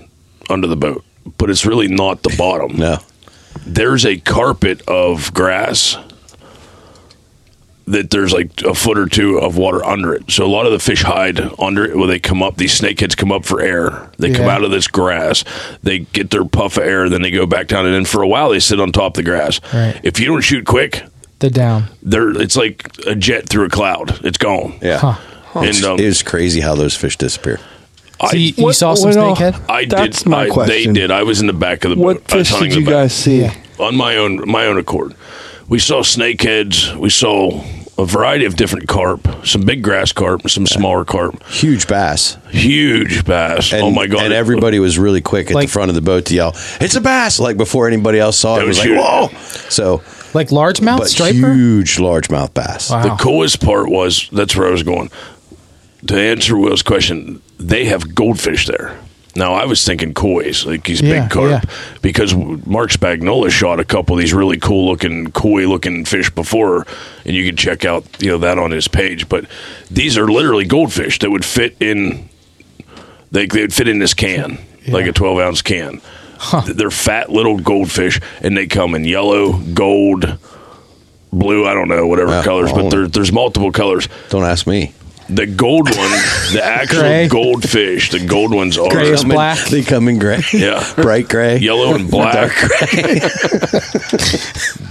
under the boat, but it's really not the bottom. No, There's a carpet of grass that there's like a foot or two of water under it. So a lot of the fish hide under it when they come up. These snakeheads come up for air. They come Yeah. out of this grass. They get their puff of air, then they go back down. And then for a while, they sit on top of the grass. Right. If you don't shoot quick, They're down. they're it's like a jet through a cloud. It's gone. Yeah. Huh. And, um, it was crazy how those fish disappear. I, you- you saw some snakehead? I That's did. my I- question. They did. I was in the back of the What boat. I was fish hunting did the you back. guys see? on my own my own accord. We saw snakeheads. We saw a variety of different carp. Some big grass carp. Some smaller carp. Huge bass. Huge bass. And, oh my god! And everybody was really quick at the front of the boat to yell, "It's a bass!" Like before anybody else saw it, it was like, huge. "Whoa!" So, Like largemouth but Oh, striper? huge largemouth bass. Wow. The coolest part was that's where I was going. To answer Will's question, they have goldfish there. Now I was thinking koi's, like these Yeah, big carp, yeah. because Mark Spagnola shot a couple of these really cool looking koi looking fish before, and you can check out you know that on his page. But these are literally goldfish that would fit in, they they would fit in this can, like a twelve ounce can. They're fat little goldfish, and they come in yellow, gold, blue. I don't know whatever Yeah, colors, I but don't- there, there's multiple colors. Don't ask me. The gold one, <laughs> the actual Gray. goldfish, the gold ones are They come in- They come in gray, Yeah, <laughs> bright gray, yellow <laughs> and black.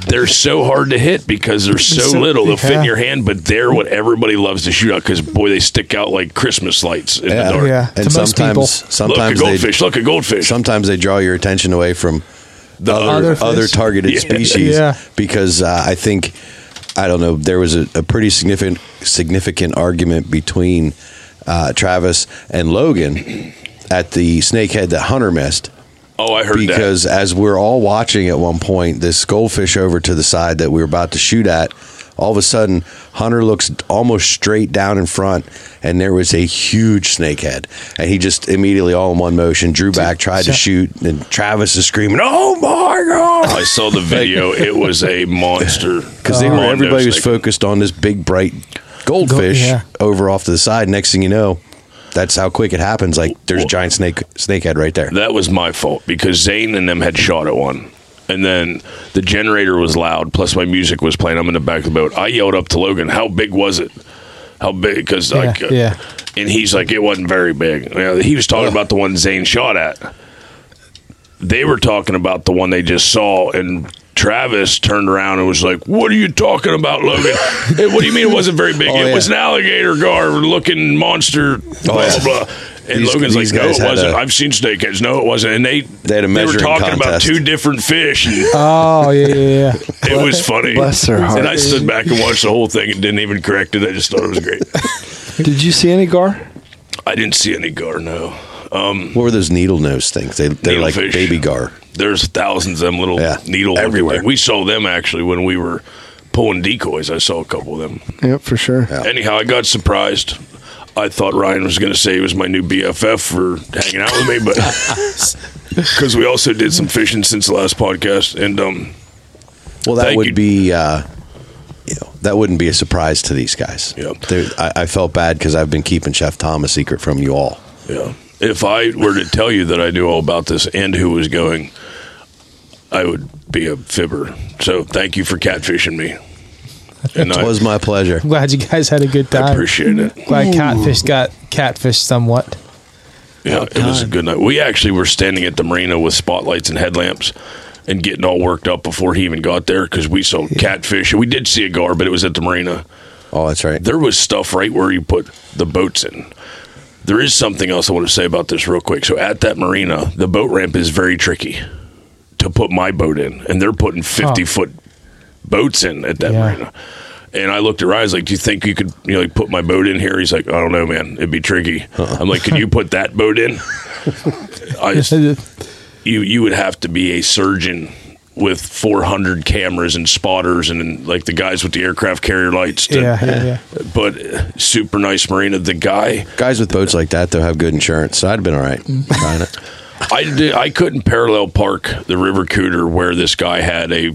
they're so hard to hit because they're so, so- little. They'll fit yeah. in your hand, but they're what everybody loves to shoot out because boy, they stick out like Christmas lights in Yeah. the dark. Yeah. And To most sometimes, people. sometimes look a they goldfish. look a goldfish. sometimes they draw your attention away from the other other fish. other, targeted Yeah. species Yeah. because uh, I think I don't know there was a, a pretty significant significant argument between uh, Travis and Logan at the snakehead that Hunter missed oh, I heard because as we're all watching at one point this goldfish over to the side that we were about to shoot at all of a sudden hunter looks almost straight down in front and there was a huge snakehead and he just immediately all in one motion drew back tried to shoot and travis is screaming oh my that. god I saw <laughs> the video. it was a monster because they were Mondo everybody was snake. focused on this big bright goldfish yeah. over off to the side next thing you know that's how quick it happens like there's a giant snake snakehead right there <laughs> That was my fault because Zane and them had shot at one. And then the generator was loud, plus my music was playing. I'm in the back of the boat. I yelled up to Logan, How big was it? How big? Because, like, uh, Yeah, yeah. And he's like, It wasn't very big. You know, he was talking about the one Zane shot at. They were talking about the one they just saw, and Travis turned around and was like, What are you talking about, Logan? Hey, what do you mean it wasn't very big? <laughs> Oh, it yeah. Oh, was an alligator guard looking monster, blah, yeah. blah, blah. And These- Logan's these like, No, guys it had wasn't. a- i I've seen snakeheads. No, it wasn't. And they They had a were measuring talking about contest. two different fish. And <laughs> Oh yeah, yeah, yeah. it was funny. Bless her heart. And I stood back and watched the whole thing and didn't even correct it. I just thought it was great. Did you see any gar? I didn't see any gar. No, um, What were those needle nose things? They they're like Needlefish. baby gar. there's thousands of them little Yeah, needle everywhere. We saw them actually when we were pulling decoys. I saw a couple of them. Yep, for sure. Anyhow, I got surprised. I thought Ryan was going to say he was my new BFF for hanging out with me, <laughs> but <laughs> because we also did some fishing since the last podcast, and um, Well, that Thank would you. be uh, you know that wouldn't be a surprise to these guys. Yep. They're- I, I felt bad because I've been keeping Chef Tom a secret from you all. Yeah. If I were to tell you that I knew all about this and who was going, I would be a fibber. So thank you for catfishing me. And It I, was my pleasure. <laughs> I'm glad you guys had a good I time. appreciate it. Glad catfish got catfish somewhat. Yeah, it was a good night. We actually were standing at the marina with spotlights and headlamps and getting all worked up before he even got there because we saw catfish. We did see a gar, but it was at the marina. Oh, that's right. there was stuff right where you put the boats in. There is something else I want to say about this real quick. So at that marina, the boat ramp is very tricky to put my boat in, and they're putting fifty foot boats in at that Yeah. marina. And I looked at Ryan, I was like, "Do you think you could, you know, like put my boat in here?" He's like, "I don't know, man. It'd be tricky." Uh-huh. I'm like, "Can you put that boat <laughs> in?" I just, you you would have to be a surgeon with 400 cameras and spotters and, like the guys with the aircraft carrier lights. To, Yeah, yeah, yeah. But uh, super nice marina. The guy, Guys with boats like that though have good insurance, so I'd have been all right. Trying it. I did, I couldn't parallel park the River Cooter where this guy had a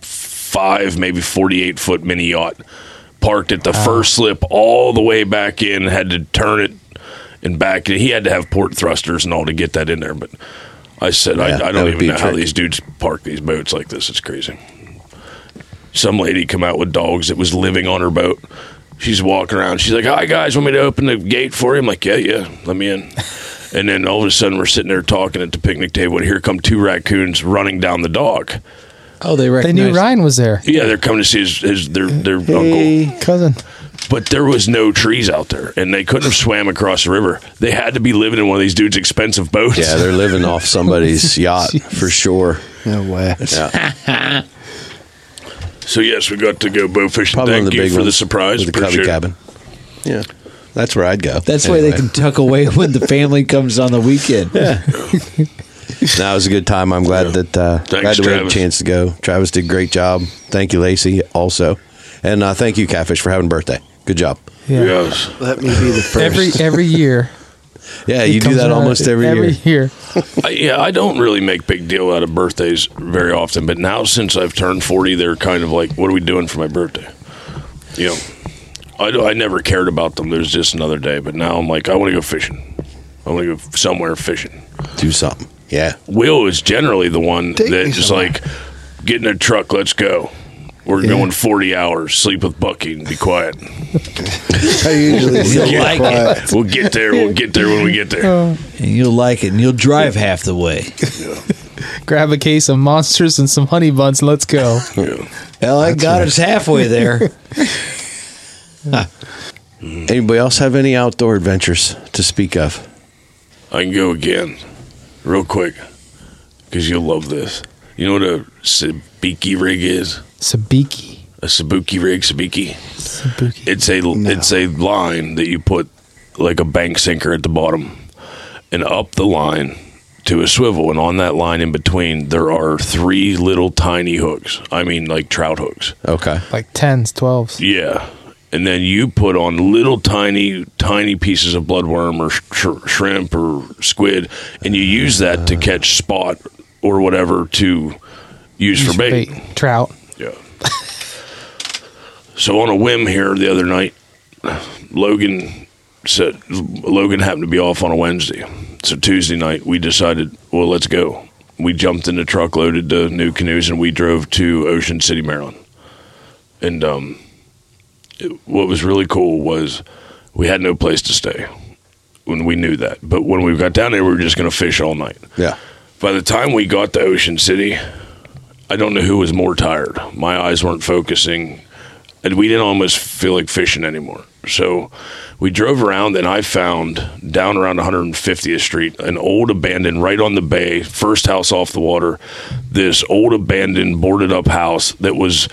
45, maybe 48 foot mini yacht parked at the first slip all the way back in. Had to turn it and back. He had to have port thrusters and all to get that in there, but. I said, Yeah, I, I that don't would even be a know how trick. these dudes park these boats like this. It's crazy. some lady come out with dogs that was living on her boat. She's walking around. She's like, "Hi guys, want me to open the gate for you?" I'm like, "Yeah, yeah, let me <laughs> in." And then all of a sudden, we're sitting there talking at the picnic table, and here come two raccoons running down the dock. Oh, they recognized. They knew Ryan was there. Yeah, they're coming to see his, his their their uncle. Hey, cousin. But there was no trees out there, and they couldn't have swam across the river. They had to be living in one of these dudes' expensive boats. Yeah, they're living off somebody's yacht for sure. No way. Yeah. So yes, we got to go bow fishing. Probably Thank one of the you big for the ones surprise. with the cubby Appreciate it. cabin. Yeah, that's where I'd go. That's why they can tuck away when the family comes on the weekend. That was a good time. I'm glad that uh, glad that we had a Travis. chance to go. Travis did a great job. Thank you, Lacey, also, and uh, thank you, Catfish, for having a birthday. Good job. Yeah. Yes. Let me be the first. Every every <laughs> year. Yeah, he you do comes that around almost every, year. year. I, yeah, I don't really make big deal out of birthdays very often, but now since I've turned forty, they're kind of like, "What are we doing for my birthday?" You know, I do- I never cared about them. There's just another day, but now I'm like, I want to go fishing. I want to go somewhere fishing. Do something. Yeah, Will is generally the one Take me that's just somewhere. like, get in a truck, let's go. We're going 40 hours, sleep with Bucky, and be quiet. <laughs> <laughs> I usually sit You like quiet. We'll get there. We'll get there when we get <laughs> there. Oh. And you'll like it, and you'll drive half the way. Grab a case of monsters and some honey buns and let's go. Yeah. Hell, I got us halfway <laughs> there. Anybody else have any outdoor adventures to speak of? I can go again, real quick, because you'll love this. You know what a sabiki rig is? Sabiki. A sabuki rig, sabiki. Sabuki. It's a it's a line that you put like a bank sinker at the bottom, and up the line to a swivel, and on that line in between there are three little tiny hooks. I mean, like trout hooks. Okay, Like tens, twelves. Yeah. And then you put on little tiny, tiny pieces of bloodworm or sh- shrimp or squid, and you use that to catch spot or whatever to use, for bait. Trout. Yeah. so on a whim here the other night, Logan said Logan happened to be off on a Wednesday. So Tuesday night we decided, well, let's go. We jumped in the truck, loaded the new canoes, and we drove to Ocean City, Maryland. And um, it- what was really cool was we had no place to stay when we knew that. But when we got down there, we were just going to fish all night. yeah, By the time we got to Ocean City, I don't know who was more tired. My eyes weren't focusing, and we didn't almost feel like fishing anymore. So we drove around, and I found down around 150th Street an old abandoned, right on the bay, first house off the water, this old abandoned, boarded up house that was,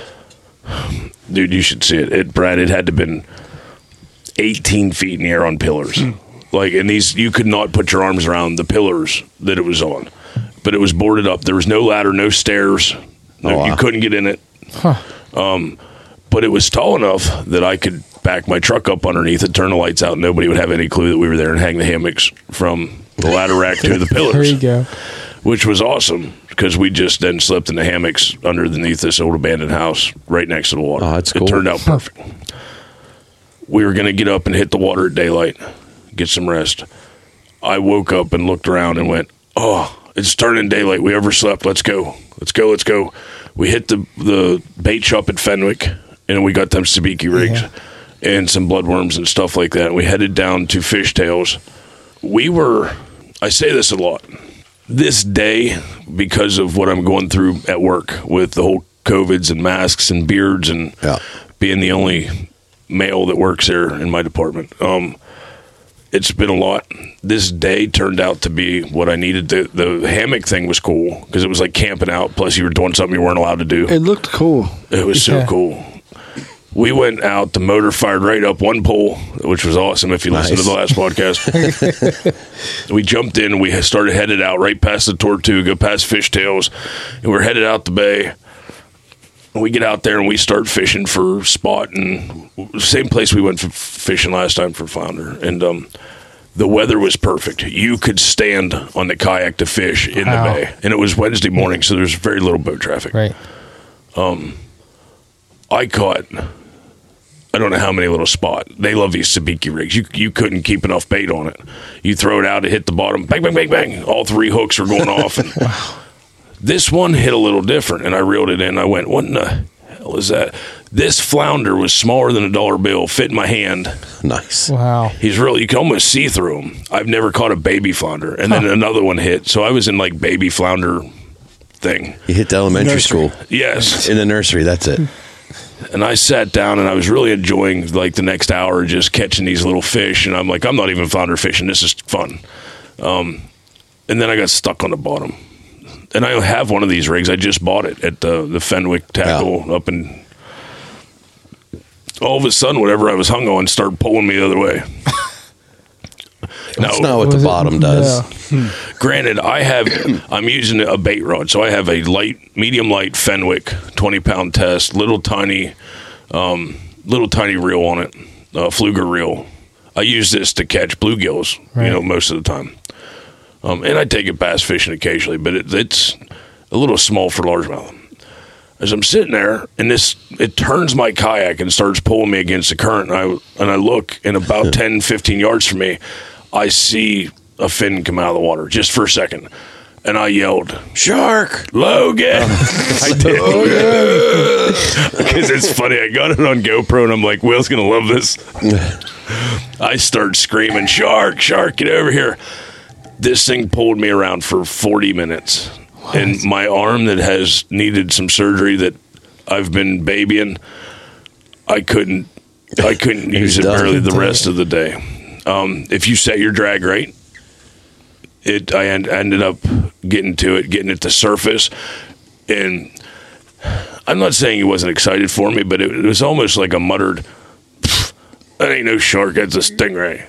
dude, you should see it. It, Brad, it had to been 18 feet in the air on pillars. Hmm. Like, and these, you could not put your arms around the pillars that it was on, but it was boarded up. There was no ladder, no stairs. No, Oh, wow. You couldn't get in it. Um, but it was tall enough that I could back my truck up underneath it, turn the lights out, and nobody would have any clue that we were there and hang the hammocks from the ladder rack to <laughs> the There pillars you go. which was awesome because we just then slept in the hammocks underneath this old abandoned house right next to the water. Oh, that's It cool. turned out perfect. we were going to get up and hit the water at daylight, get some rest. I woke up and looked around and went, "Oh, it's turning daylight. We overslept. Let's go. Let's go. Let's go." We hit the the bait shop at Fenwick, and we got them sabiki rigs and some bloodworms and stuff like that. We headed down to Fishtails. We were. I say this a lot this day because of what I'm going through at work with the whole COVIDs and masks and beards and Yeah. being the only male that works here in my department. Um, it's been a lot. This day turned out to be what I needed. The, the hammock thing was cool because it was like camping out. Plus, you were doing something you weren't allowed to do. It looked cool. It was so Yeah. cool. We went out, the motor fired right up one pole, which was awesome if you listened to the last podcast. <laughs> we jumped in, we started headed out right past the Tortuga, past Fishtails, and we're headed out the bay. And We get out there and we start fishing for spot and same place we went f- fishing last time for flounder. And um, the weather was perfect. You could stand on the kayak to fish in Wow. the bay. And it was Wednesday morning, so there's very little boat traffic. Right. I caught I don't know how many little spot. They love these sabiki rigs. You you couldn't keep enough bait on it. You throw it out, it hit the bottom, bang, bang, bang, bang. All three hooks were going off. And This one hit a little different, and I reeled it in. I went, what in the hell is that? This flounder was smaller than a dollar bill, fit in my hand. Nice. Wow. He's really, you can almost see through him. I've never caught a baby flounder. And then another one hit. So I was in like baby flounder thing. You hit the elementary Nursery. school. Yes. In the nursery, that's it. And I sat down and I was really enjoying like the next hour just catching these little fish. And I'm like, I'm not even flounder fishing. This is fun. Um, and then I got stuck on the bottom. And I have one of these rigs. I just bought it at uh, the, the Fenwick Tackle up in. All of a sudden, whatever I was hung on started pulling me the other way. That's not what the bottom does. Granted, I have <coughs> I'm using a bait rod, so I have a light, medium light Fenwick, twenty pound test, little tiny, um, little tiny reel on it, uh, fluger reel. I use this to catch bluegills, Right. you know, most of the time, um, and I take it bass fishing occasionally, but it, it's a little small for largemouth. As I'm sitting there, and this it turns my kayak and starts pulling me against the current, and I and I look, and about 10, 15 yards from me, I see a fin come out of the water just for a second, and I yelled, "Shark, Logan!" <laughs> I did <laughs> because it's funny. I got it on GoPro, and I'm like, "Will's gonna love this." I start screaming, "Shark, shark, get over here!" This thing pulled me around for 40 minutes, and my arm that has needed some surgery that I've been babying, I couldn't, I couldn't use <laughs> it done. barely the rest of the day. Um, if you set your drag right, it I end, ended up getting to it, getting it to surface, and I'm not saying he wasn't excited for me, but it, it was almost like a muttered, "Pfft, "That ain't no shark. That's a stingray."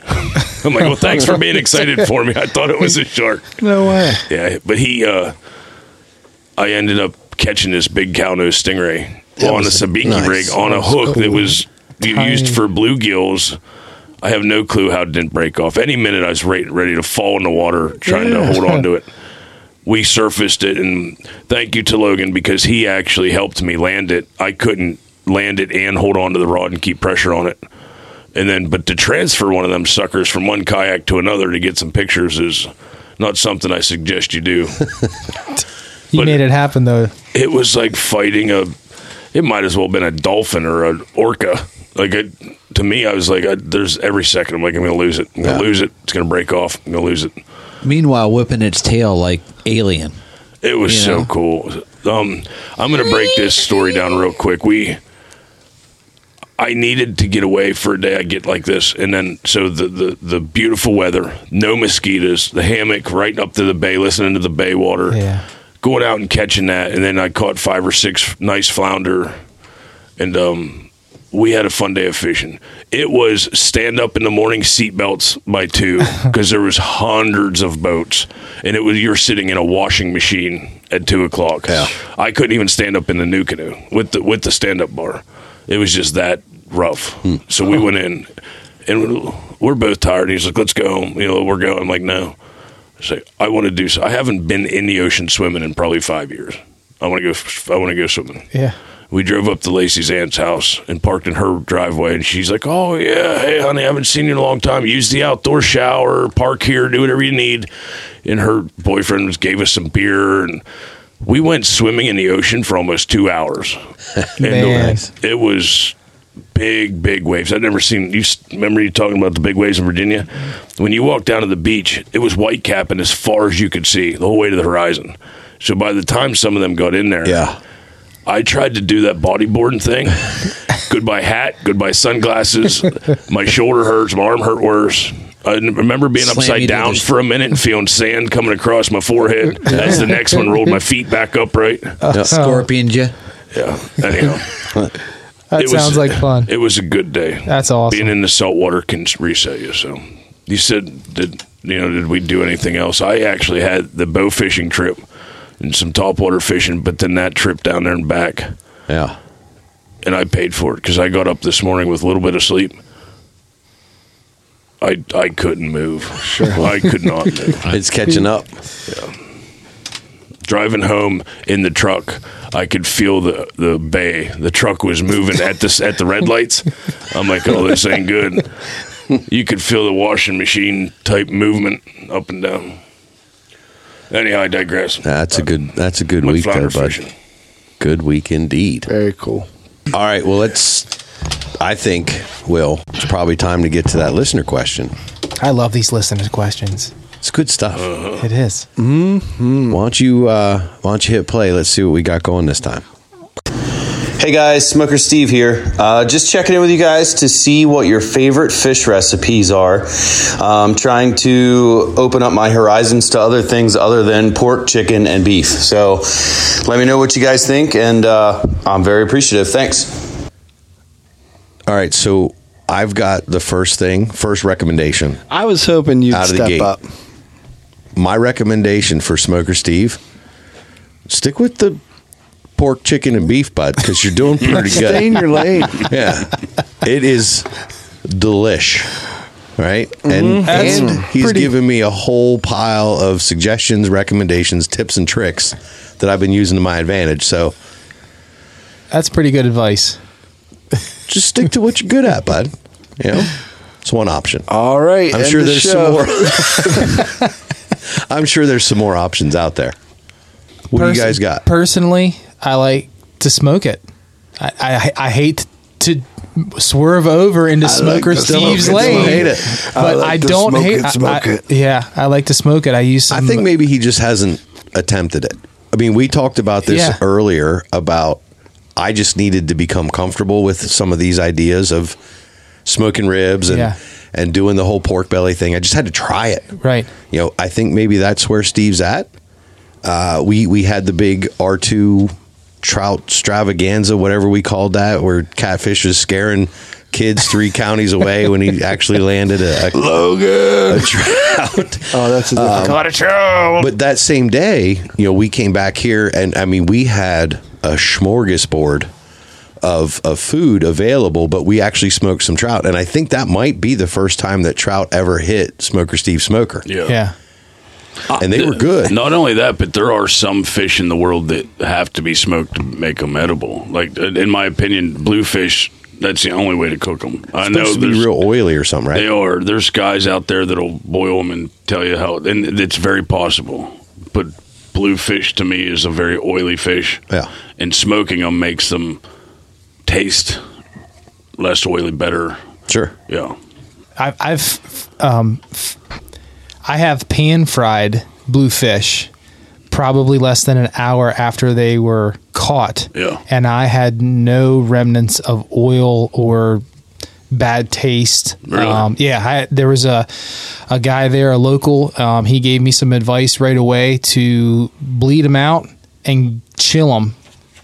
<laughs> I'm like, "Well, thanks for being excited for me. I thought it was a shark." No way. Yeah, but he, uh, I ended up catching this big cow nose stingray That on a was sabiki nice. rig on a That's hook that cool. was u- used for bluegills. I have no clue how it didn't break off. Any minute I was re- ready to fall in the water trying Yeah. to hold on to it. We surfaced it, and thank you to Logan because he actually helped me land it. I couldn't land it and hold on to the rod and keep pressure on it. And then, but to transfer one of them suckers from one kayak to another to get some pictures is not something I suggest you do. You made it happen though. it was like fighting a it might as well have been a dolphin or an orca like it, to me i was like I, there's every second i'm like i'm gonna lose it i'm gonna Yeah. lose it it's gonna break off i'm gonna lose it Meanwhile, whipping its tail like alien. it was You so know? cool um i'm gonna break this story down real quick we i needed to get away for a day i get like this and then so the the, the beautiful weather no mosquitoes the hammock right up to the bay listening to the bay water Yeah. going out and catching that, and then I caught five or six nice flounder, and um, we had a fun day of fishing. It was stand up in the morning, seatbelts by two, because there was hundreds of boats, and it was you're sitting in a washing machine at two o'clock. Yeah. I couldn't even stand up in the new canoe with the with the stand up bar. It was just that rough. So we went in, and we're both tired. And he's like, "Let's go home." You know, we're going. I'm like, "No." say I want to do. So. I haven't been in the ocean swimming in probably five years. I want to go. f- I want to go swimming. Yeah. We drove up to Lacey's aunt's house and parked in her driveway, and she's like, "Oh yeah, hey honey, I haven't seen you in a long time. Use the outdoor shower, park here, do whatever you need." And her boyfriend was- gave us some beer, and we went swimming in the ocean for almost two hours. And Man. the- it was big, big waves. I'd never seen. You s- remember you talking about the big waves in Virginia? When you walked down to the beach, it was white capping as far as you could see, the whole way to the horizon. So by the time some of them got in there, yeah, I tried to do that bodyboarding <laughs> thing. goodbye hat, goodbye sunglasses. my shoulder hurts, my arm hurt worse. I n- remember being Slam you upside to down the- for a minute and feeling sand coming across my forehead as the next one rolled my feet back upright. Uh, Oh. Scorpion, you. Yeah. Anyhow. <laughs> That It was- <laughs> sounds like fun. It was a good day. That's awesome. Being in the salt water can reset you. So, you said did you know did we do anything else? I actually had the bow fishing trip and some topwater fishing, but then that trip down there and back, Yeah. and I paid for it because I got up this morning with a little bit of sleep. I I couldn't move. Sure, I could not <laughs> move. It's catching up. Driving home in the truck, I could feel the, the bay. The truck was moving at this at the red lights. I'm like, oh, this ain't good. You could feel the washing machine type movement up and down. Anyhow, I digress. That's a good that's a good Went week there, flounder bud. fishing. Good week indeed. Very cool. All right. Well, let's. I think, Will, it's probably time to get to that listener question. I love these listeners' questions. It's good stuff. <laughs> It is. Mm-hmm. Why don't you uh, Why don't you hit play? Let's see what we got going this time. Hey guys, Smoker Steve here. Uh, just checking in with you guys to see what your favorite fish recipes are. Um, trying to open up my horizons to other things other than pork, chicken, and beef. So let me know what you guys think, and uh, I'm very appreciative. Thanks. All right. So I've got the first thing, first recommendation. I was hoping you'd out of the step gate. up. My recommendation for Smoker Steve: stick with the pork, chicken, and beef butt because you're doing pretty good. <laughs> Stay in your <laughs> lane. yeah, it is delish. Right, and, Mhm. That's and he's pretty- given me a whole pile of suggestions, recommendations, tips, and tricks that I've been using to my advantage. So That's pretty good advice. just stick to what you're good at, bud. You know, it's one option. All right. I'm end sure the there's show. some more. <laughs> I'm sure there's some more options out there. What do you Person- guys got? Personally, I like to smoke it. I I, I hate to swerve over into I like Smoker to smoke Steve's it, lane. smoke it. I But I, like to don't smoke hate it, I- smoke I- it. Yeah, I like to smoke it. I use some I think maybe he just hasn't attempted it. I mean, we talked about this Yeah. earlier about I just needed to become comfortable with some of these ideas of smoking ribs and Yeah. and doing the whole pork belly thing. I just had to try it. Right. You know, I think maybe that's where Steve's at. Uh, we we had the big R two trout stravaganza, whatever we called that, where catfish is scaring kids three counties away when <laughs> he actually landed a, a Logan <laughs> a trout. <laughs> Oh, that's a Um, different. But that same day, you know, we came back here, and I mean, we had a smorgasbord of of food available, but we actually smoked some trout, and I think that might be the first time that trout ever hit Smoker Steve Smoker. Yeah. and they were good. Not only that, but there are some fish in the world that have to be smoked to make them edible. Like uh, in my opinion, bluefish. That's the only way to cook them. I Supposed know to be there's real oily or something, right? They are. There's guys out there that'll boil them and tell you how, and it's very possible. But bluefish to me is a very oily fish. Yeah. And smoking them makes them taste less oily, better. Sure. Yeah. I've, I've um, f- I have pan fried bluefish probably less than an hour after they were caught. Yeah. And I had no remnants of oil or bad taste. Really? Um, yeah. I, there was a, a guy there, a local. Um, he gave me some advice right away to bleed them out and chill them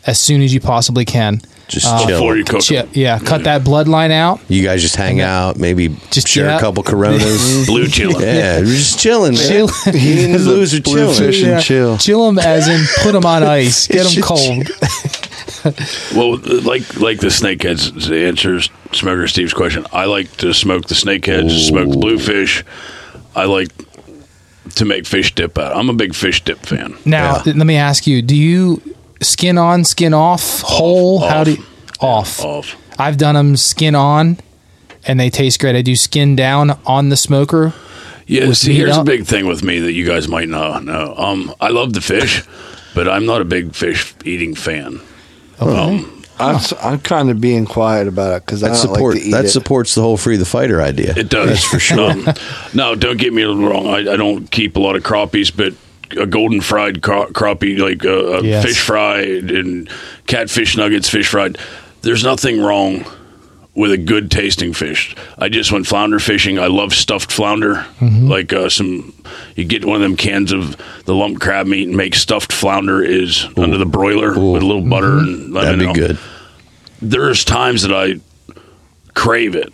as soon as you possibly can. Just Uh, chill. Before you cook 'em. chi- Yeah. Cut that bloodline out. You guys just hang out, maybe Just share chill a out. couple <laughs> Coronas, Blue chillin'. Yeah, we're just chilling, man. Chill. <laughs> You and the blues are chilling. Chill them as in put them on ice. Get them Should cold. Well, like like the snakeheads the answers Smoker Steve's question. I like to smoke the snakeheads, smoke the bluefish. I like to make fish dip out. I'm a big fish dip fan. Now, th- let me ask you: Do you skin on, skin off, whole? How do you, off? off. I've done them skin on, and they taste great. I do skin down on the smoker. Yeah, with see, meat here's a up. big thing with me that you guys might not know. Um, I love the fish, but I'm not a big fish eating fan. Um, I'm, s am kind of being quiet about it because I That don't support like to eat that it. supports the whole free the fighter idea. it does That's for <laughs> sure. Um, no, don't get me wrong. I, I don't keep a lot of crappies, but a golden fried cra- crappie, like uh, a Yes. fish fry and catfish nuggets, fish fried. There's nothing wrong with a good tasting fish. I just went flounder fishing. I love stuffed flounder, Mm-hmm. like uh, some. You get one of them cans of the lump crab meat and make stuffed flounder is under the broiler with a little butter and lemon. That'd be and all. good. There's times that I crave it,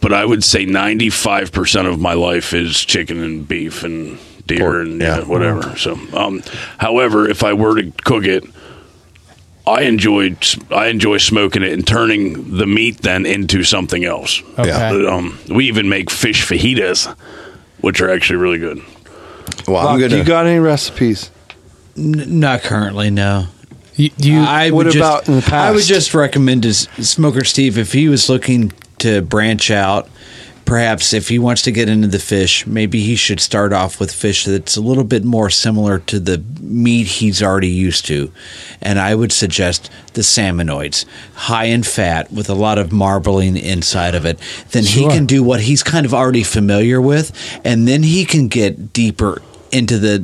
but I would say 95 percent of my life is chicken and beef and deer and yeah, whatever. So, um, however, if I were to cook it. I enjoy I enjoy smoking it and turning the meat then into something else. Okay. Yeah. Uh, But, um, we even make fish fajitas, which are actually really good. Well, Buck, you got any recipes? N- not currently, no. You, Uh, I What would about just, in the I would past? just recommend to S- Smoker Steve if he was looking to branch out, perhaps if he wants to get into the fish, maybe he should start off with fish that's a little bit more similar to the meat he's already used to. And I would suggest the salmonoids, high in fat with a lot of marbling inside of it. Then he can do what he's kind of already familiar with, and then he can get deeper into the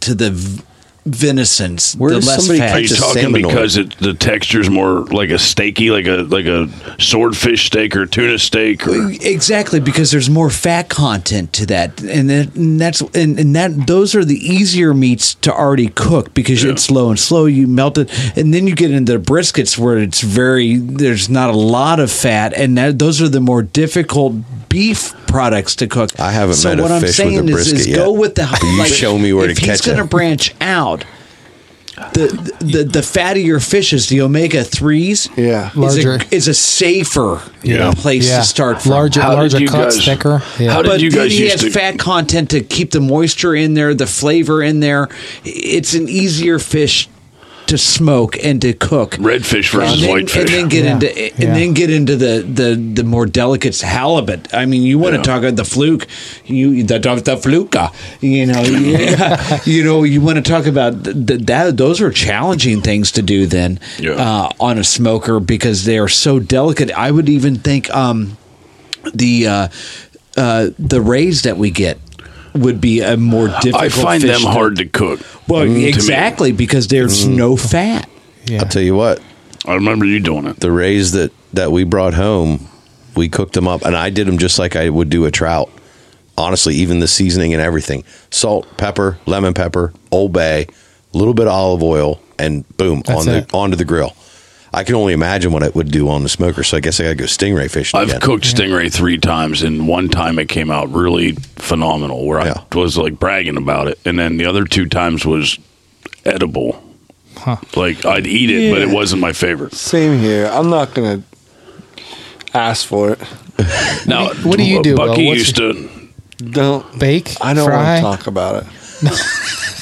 to the v- venisons. the less fat. Are you talking because it, the texture's more like a steaky, like a like a swordfish steak or tuna steak? Or, Exactly, because there's more fat content to that, and, then, and that's and, and that those are the easier meats to already cook because it's slow and slow. You melt it, and then you get into the briskets where it's very there's not a lot of fat, and that, those are the more difficult beef products to cook. I haven't so met a what I'm fish with a saying is, brisket is yet. go with the. You show me where if to he's catch gonna it. branch out. The, the the fattier fishes, the omega threes, yeah, is Larger. a, is a safer Yeah. place Yeah. to start from. Larger- How did larger you cuts, guys- thicker. Yeah. how did but you then guys he used has to- fat content to keep the moisture in there, the flavor in there. It's an easier fish to smoke and to cook. Redfish versus and then, whitefish. and then get into and then get into the, the, the more delicate halibut. I mean, you want to talk about the fluke, you the the, the fluka. You know, <laughs> yeah. you know, you want to talk about th- th- that. Those are challenging things to do then uh, on a smoker because they are so delicate. I would even think um, the uh, uh, the rays that we get. Would be a more difficult. I find them fish hard to cook. Well, Mm, to me. exactly because there's Mm. no fat. I'll tell you what. I remember you doing it. The rays that that we brought home, we cooked them up, and I did them just like I would do a trout. Honestly, even the seasoning and everything: salt, pepper, lemon pepper, Old Bay, a little bit of olive oil, and boom That's on it. the onto the grill. I can only imagine what it would do on the smoker. So I guess I got to go stingray fishing. I've again. cooked stingray three times, and one time it came out really phenomenal, where I was like bragging about it, and then the other two times was edible. Like I'd eat it, but it Yeah. wasn't my favorite. Same here. I'm not gonna ask for it. Now, uh, what do you do, Bucky Will? What's used your- to. Don't bake. I don't fry? want to talk about it.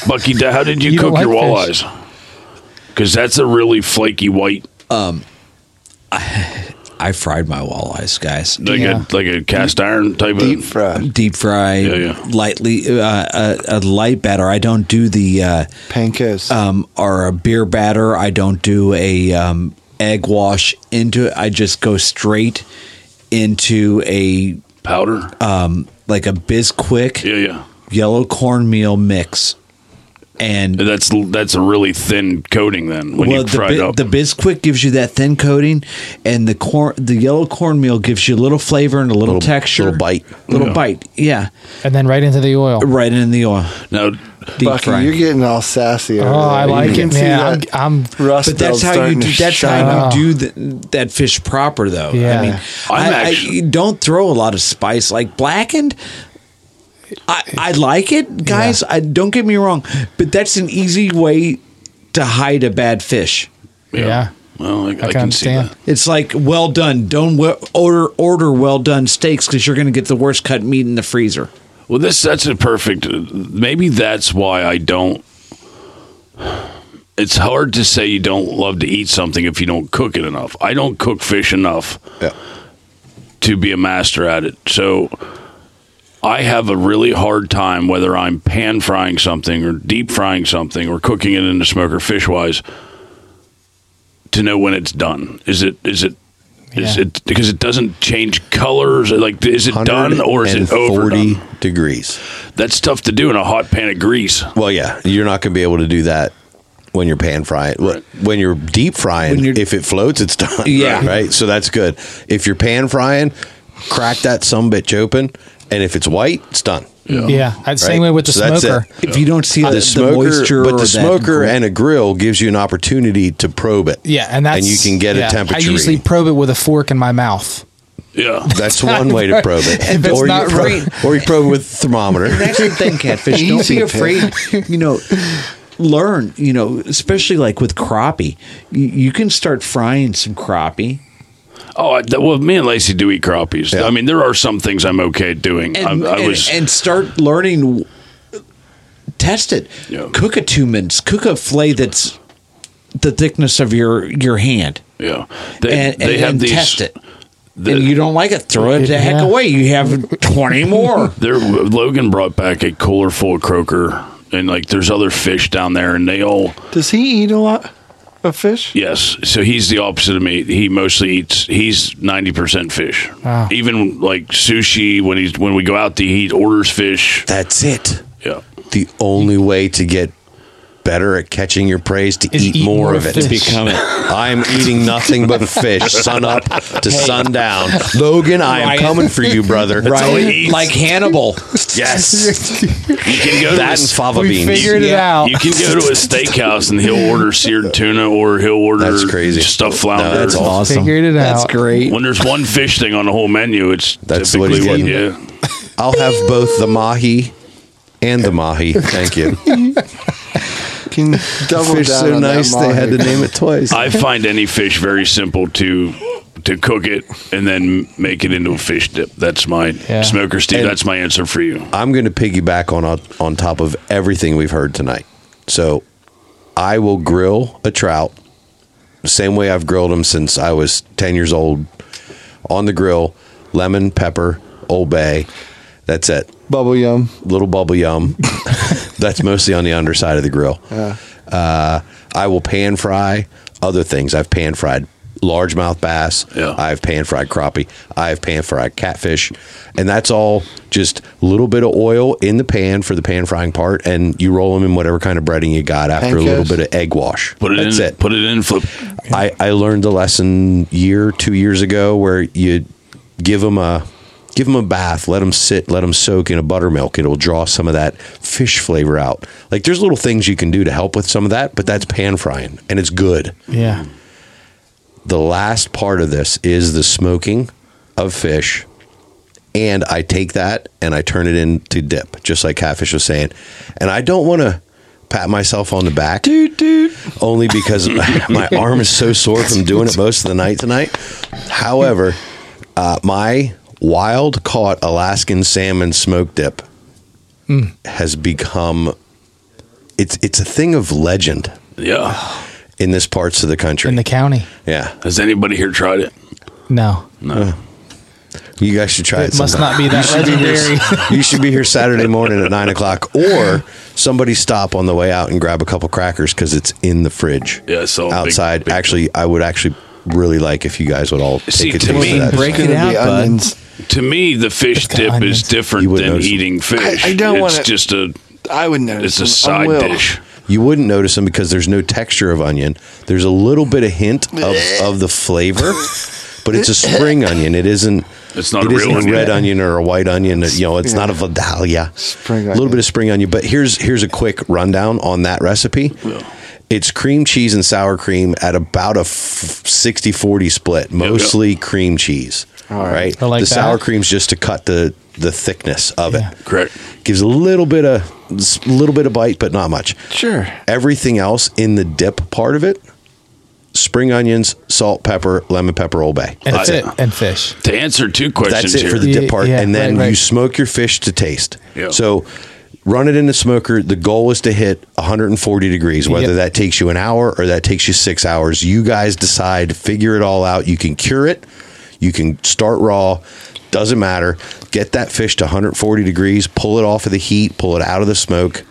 Bucky, how did you, You cook don't your like fish. walleyes? Because that's a really flaky white. Um, I fried my walleyes, guys. Like Yeah. a like a cast iron type Deep of fry. deep fry lightly uh, a, a light batter i don't do the uh pancakes um or a beer batter i don't do a um egg wash into it i just go straight into a powder um like a bisquick yeah yeah yellow cornmeal mix and that's that's a really thin coating then when you the, fry it bi- up. the Bisquick gives you that thin coating, and the corn, the yellow cornmeal gives you a little flavor and a little, texture, little bite, little Yeah. bite, yeah, and then right into the oil, right in the oil. Now, deep Bucky, fry. you're getting all sassy. Oh, over there. I You like can it, see man. that I'm, I'm rust but that's belt's how you starting do. to That's shine how up. you do the, that fish proper, though. Yeah. I mean, I'm I, actu- I don't throw a lot of spice like blackened. I, I like it, guys. I don't get me wrong, but that's an easy way to hide a bad fish. yeah. Well, I, I, can can see that. understand. It's like well done. Don't we- order order well done steaks because you're going to get the worst cut meat in the freezer. Well, this that's a perfect. Maybe that's why I don't. It's hard to say you don't love to eat something if you don't cook it enough. I don't cook fish enough to be a master at it. So I have a really hard time whether I'm pan frying something or deep frying something or cooking it in the smoker fish wise to know when it's done. Is it is it is Yeah. it because it doesn't change colors like is it done or is it over 140 degrees. That's tough to do in a hot pan of grease. Well, yeah, you're not going to be able to do that when you're pan frying. When you're deep frying, if it floats, it's done. Yeah. right. So that's good. If you're pan frying, crack that some bitch open, and if it's white, it's done. Yeah. Yeah. I'd- same way with the smoker. If you don't see the- the moisture Uh, but or the that smoker grit. and a grill gives you an opportunity to probe it. Yeah, and that's you can get yeah. a temperature. I usually reading. probe it with a fork in my mouth. Yeah, that's one way to probe it. If it's or not you probe, <laughs> right- or you probe it with a thermometer. That's the thing, catfish. Don't Easy be pick. afraid. You know, learn. You know, especially like with crappie, you, you can start frying some crappie. Oh, I, that- well, me and Lacey do eat crappies. I mean, there are some things I'm okay at doing. and, I, I and- was and start learning. Test it. Cook a two minutes. Cook a fillet that's the thickness of your your hand. Yeah, they, And- they and- have and these. test it. and you don't like it, throw it the heck away. You have twenty more. <laughs> There, Logan brought back a cooler full of croaker, and like there's other fish down there, and they all Does he eat a lot of fish? yes. So he's the opposite of me. He mostly eats. He's ninety percent fish. Wow. Even like sushi when he's when we go out to he orders fish. That's it. Yeah. The only way to get better at catching your prey is to eat, eat more, more of it. fish. To become it. I'm eating nothing but fish, sun up to Hey. sundown. Logan, I am Ryan- coming for you, brother. Right, like <laughs> Hannibal. Yes. You can go That to a- and fava We beans. figured it Yeah. out. You can go to a steakhouse and he'll order seared tuna or he'll order That's crazy. stuffed flounder. No, that's awesome. Figured it out. great. When there's one fish thing on the whole menu, it's That's what typically he's what, eating. yeah. I'll have both the mahi and the mahi. Thank <laughs> you. Can <laughs> double Fish down so on that nice they had to mahi. name it twice. I find any fish very simple to to cook it and then make it into a fish dip. That's my smoker Steve. And- that's my answer for you. I'm going to piggyback on on top of everything we've heard tonight. So, I will grill a trout the same way I've grilled them since I was 10 years old on the grill, lemon, pepper, Old Bay. That's it. Bubble yum. Little bubble <laughs> yum. That's mostly on the underside of the grill. Yeah. Uh, I will pan fry other things. I've pan fried largemouth bass. I've pan fried crappie. I've pan fried catfish. And that's all just a little bit of oil in the pan for the pan frying part. And you roll them in whatever kind of breading you got after a Pancakes? little bit of egg wash. Put it that's in it. put it in flip I, I learned a lesson year two years ago where you give them a give them a bath, let them sit, let them soak in a buttermilk. It'll draw some of that fish flavor out. Like there's little things you can do to help with some of that, but that's pan frying and it's good. Yeah. The last part of this is the smoking of fish. And I take that and I turn it into dip, just like Catfish was saying. And I don't want to pat myself on the back. Dude, dude. Only <laughs> because my arm is so sore from doing it most of the night tonight. However, uh, my wild caught Alaskan salmon smoke dip Hmm. has become it's it's a thing of legend Yeah. in this parts of the country. in the county. yeah. Has anybody here tried it? No, No. You guys should try it. it must sometime. not be <laughs> that legendary. you should be here Saturday morning at nine o'clock, or somebody stop on the way out and grab a couple crackers because it's in the fridge. Yeah, so big- outside. actually, I would actually really like if you guys would all See, take a to taste me, of that. It's gonna be onions. To me, the fish got dip onions. is different wouldn't than notice them. eating fish. I- I don't it's wanna- just a I would know. it's a I side will. dish. You wouldn't notice them because there's no texture of onion. There's a little bit of hint of, of the flavor, but it's a spring onion. It isn't. It's not it a isn't real red onion. onion or a white onion. You know, it's not a Vidalia. Spring a little onion. bit of spring onion. But here's here's a quick rundown on that recipe. It's cream cheese and sour cream at about a f- 60-40 split, mostly cream cheese. All right, I like the sour that. cream's just to cut the the thickness of Yeah. it Correct. gives a little bit of s- little bit of bite, but not much. Sure. Everything else in the dip part of it: spring onions, salt, pepper, lemon pepper, Old Bay. and That's that's it. it. And fish. To answer two questions That's it here. for the dip Yeah, part, yeah, and then right, right. you smoke your fish to taste. Yeah. So. Run it in the smoker. The goal is to hit 140 degrees, whether Yep. that takes you an hour or that takes you six hours. You guys decide, figure it all out. You can cure it, you can start raw, doesn't matter. Get that fish to 140 degrees, pull it off of the heat, pull it out of the smoke,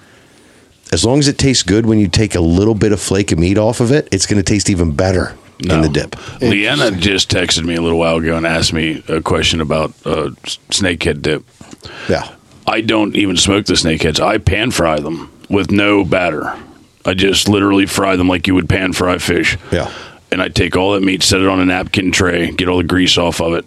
as long as it tastes good when you take a little bit of flake of meat off of it, it's going to taste even better in the dip. Leanna just texted me a little while ago and asked me a question about uh, s- snakehead dip. Yeah. I don't even smoke the snakeheads. I pan fry them with no batter. I just literally fry them like you would pan fry fish. Yeah. And I take all that meat, set it on a napkin tray, get all the grease off of it,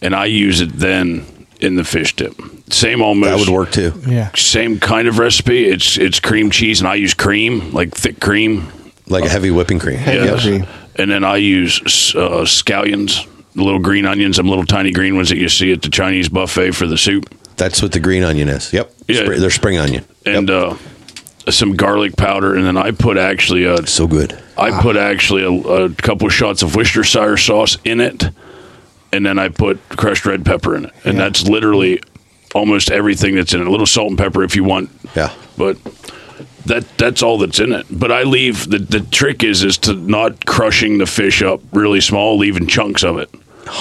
and I use it then in the fish dip. Same almost. That would work too. Yeah. Same kind of recipe. It's it's cream cheese, and I use cream, like thick cream. Like a heavy whipping cream. Yes. cream. And then I use uh, scallions, the little green onions, them little tiny green ones that you see at the Chinese buffet for the soup, That's what the green onion is. Yep. Yeah. Spr- they're spring onion. and uh, some garlic powder, and then I put actually a So good. I put actually a, a couple shots of Worcestershire sauce in it, and then I put crushed red pepper in it, and that's literally almost everything that's in it. A little salt and pepper if you want, Yeah. but that that's all that's in it. But I leave the the trick is is to not crushing the fish up really small, leaving chunks of it.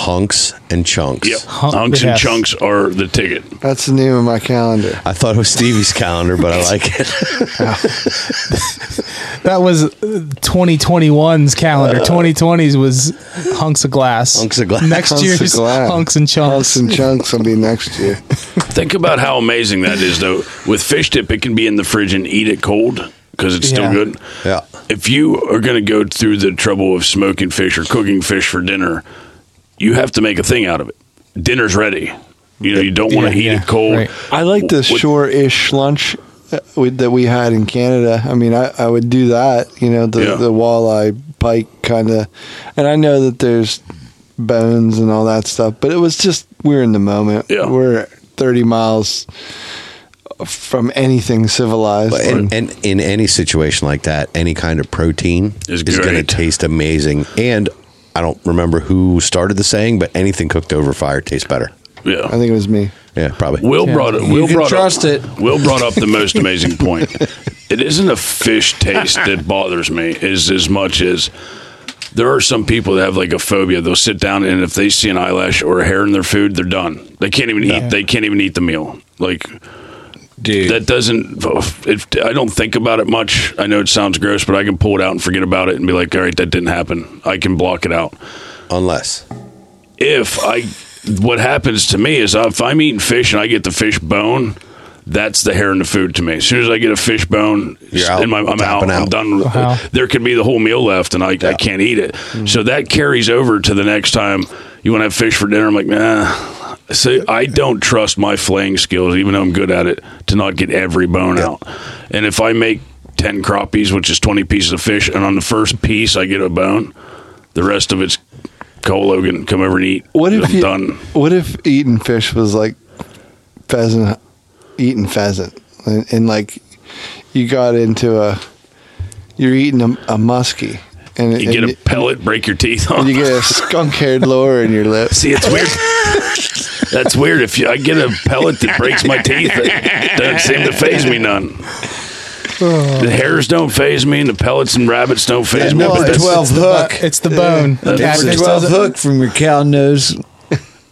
hunks and chunks. Yep. Hunks and chunks are the ticket. That's the name of my calendar. I thought it was Stevie's calendar, <laughs> but I like it. That was uh, 2021's calendar. 2020's was hunks of glass. Uh, Hunks of glass. Next Hunks of year's glass. hunks and chunks. Hunks <laughs> and chunks will be next year. Think about how amazing that is, though. With fish dip, it can be in the fridge and eat it cold because it's still Yeah. good. Yeah. If you are going to go through the trouble of smoking fish or cooking fish for dinner, you have to make a thing out of it. Dinner's ready. You know, you don't want to Yeah, eat it cold. I like the What- shore-ish lunch uh, with, that we had in Canada. I mean, I, I would do that. You know, the Yeah. the walleye pike kind of, and I know that there's bones and all that stuff, but it was just we're in the moment. Yeah. we're 30 miles from anything civilized. But in, and in any situation like that, any kind of protein Is is, going to great. taste amazing. And I don't remember who started the saying, but anything cooked over fire tastes better. Yeah. I think it was me. Yeah, probably. Will brought up. Will brought up, it. Will brought up the most <laughs> amazing point. It isn't a fish taste that bothers me is as much as there are some people that have like a phobia. They'll sit down and if they see an eyelash or a hair in their food, they're done. They can't even eat. They can't even eat the meal. Like. Dude. That doesn't. If I don't think about it much, I know it sounds gross, but I can pull it out and forget about it and be like, "All right, that didn't happen." I can block it out Unless if I what happens to me is if I'm eating fish and I get the fish bone, that's the hair in the food to me. As soon as I get a fish bone, You're out, in my, I'm out, tapping I'm out. done. with- Wow. There could be the whole meal left, and I, I can't eat it. So that carries over to the next time you want to have fish for dinner. I'm like, nah. So I don't trust my flaying skills, even though I'm good at it, to not get every bone out. And if I make ten crappies, which is twenty pieces of fish, and on the first piece I get a bone, the rest of it's Cole Logan, come over and eat. What if I'm you, done? What if eating fish was like pheasant, eating pheasant, and, and like you got into a, you're eating a, a muskie, and, You and get a you- pellet, break your teeth and on. you get a skunk-haired lure in your <laughs> lip. See, it's weird. That's weird. If you, I get a pellet that breaks my teeth, it doesn't seem to phase me none. The hairs don't phase me, and the pellets and rabbits don't phase me. but that's- hook. It's the bone. Different Catfish twelve doesn't- hook from your cow nose.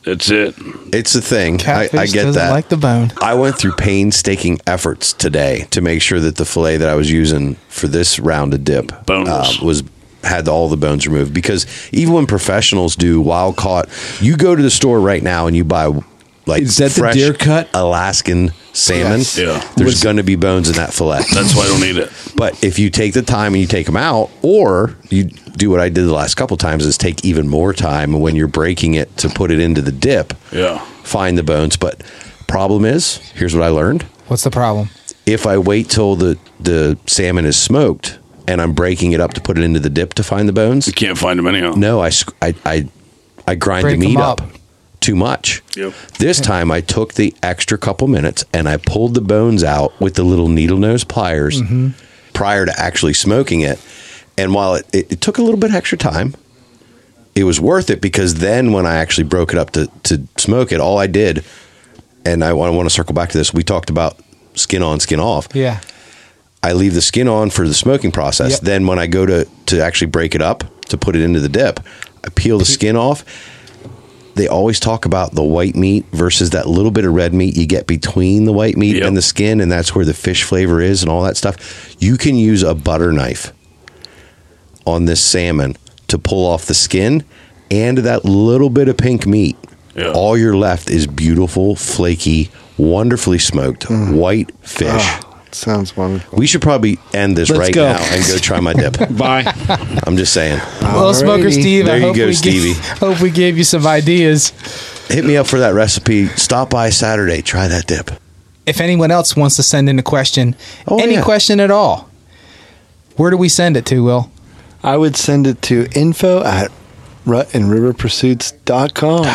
That's it. It's a thing. I, I Catfish get doesn't that. like the bone. I went through painstaking efforts today to make sure that the fillet that I was using for this rounded dip uh, Boneless. was had all the bones removed because even when professionals do wild caught, you go to the store right now and you buy like Is that the fresh deer cut? Alaskan salmon. Yes. Yeah. There's going to be bones in that fillet. That's why I don't eat it. But if you take the time and you take them out, or you do what I did the last couple times is take even more time when you're breaking it to put it into the dip. Yeah. Find the bones. But problem is, here's what I learned. What's the problem? If I wait till the, the salmon is smoked and I'm breaking it up to put it into the dip to find the bones, You can't find them anyhow. no, I, sc- I, I, I grind Break the meat 'em up. up. too much. Yep. This time I took the extra couple minutes and I pulled the bones out with the little needle nose pliers prior to actually smoking it. And while it, it, it took a little bit extra time, it was worth it because then when I actually broke it up to, to smoke it, all I did, and I want, want to circle back to this, we talked about skin on, skin off. Yeah. I leave the skin on for the smoking process. Yep. Then when I go to to actually break it up to put it into the dip, I peel the skin off. They always talk about the white meat versus that little bit of red meat you get between the white meat Yep. and the skin, and that's where the fish flavor is and all that stuff. You can use a butter knife on this salmon to pull off the skin and that little bit of pink meat. Yeah. All you're left is beautiful, flaky, wonderfully smoked Mm. white fish. Ah, Ah. Sounds wonderful. We should probably end this Let's right go. now and go try my dip. Bye. I'm just saying. Well, smoker Steve, There I you hope go, we Stevie. Gave, <laughs> hope we gave you some ideas. Hit me up for that recipe. Stop by Saturday. Try that dip. If anyone else wants to send in a question, Oh, any yeah. question at all, where do we send it to, Will? I would send it to info at rutandriverpursuits.com.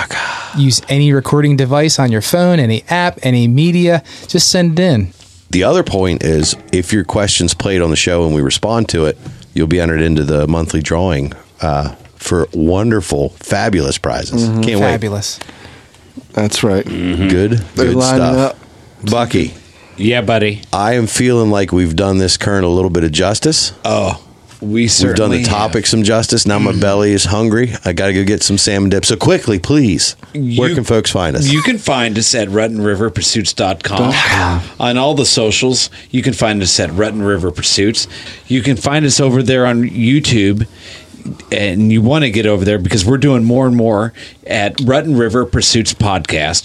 Use any recording device on your phone, any app, any media. Just send it in. The other point is if your question's played on the show and we respond to it, you'll be entered into the monthly drawing uh, for wonderful, fabulous prizes. Can't Fabulous. That's right. wait. Good, They're good lining stuff. up. Bucky, yeah, buddy. I am feeling like we've done this Kern a little bit of justice. Oh, we have done the certainly Mm-hmm. topic some justice. Now my belly is hungry. I got to go get some salmon dip. So quickly, please. Where You- can folks find us? You can find us at RuttenRiverPursuits.com on all the socials. You can find us at Rutten River Pursuits. You can find us over there on YouTube. And you want to get over there because we're doing more and more at Rutten River Pursuits Podcast.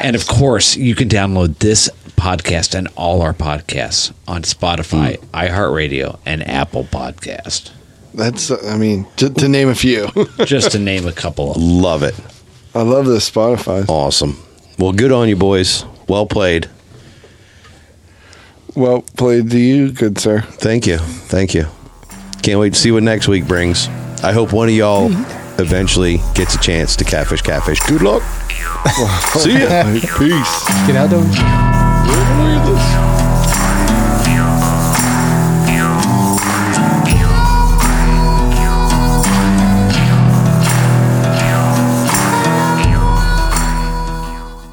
And of course, you can download this podcast and all our podcasts on Spotify, Hmm. iHeartRadio, and Apple Podcast. That's, I mean, to, to name a few. <laughs> Just to name a couple of Love it. I love the Spotify. Awesome. Well, good on you, boys. Well played. Well played to you, good sir. Thank you. Thank you. Can't wait to see what next week brings. I hope one of y'all Mm-hmm. eventually gets a chance to catfish catfish. Good luck. see ya. Peace. Get out there.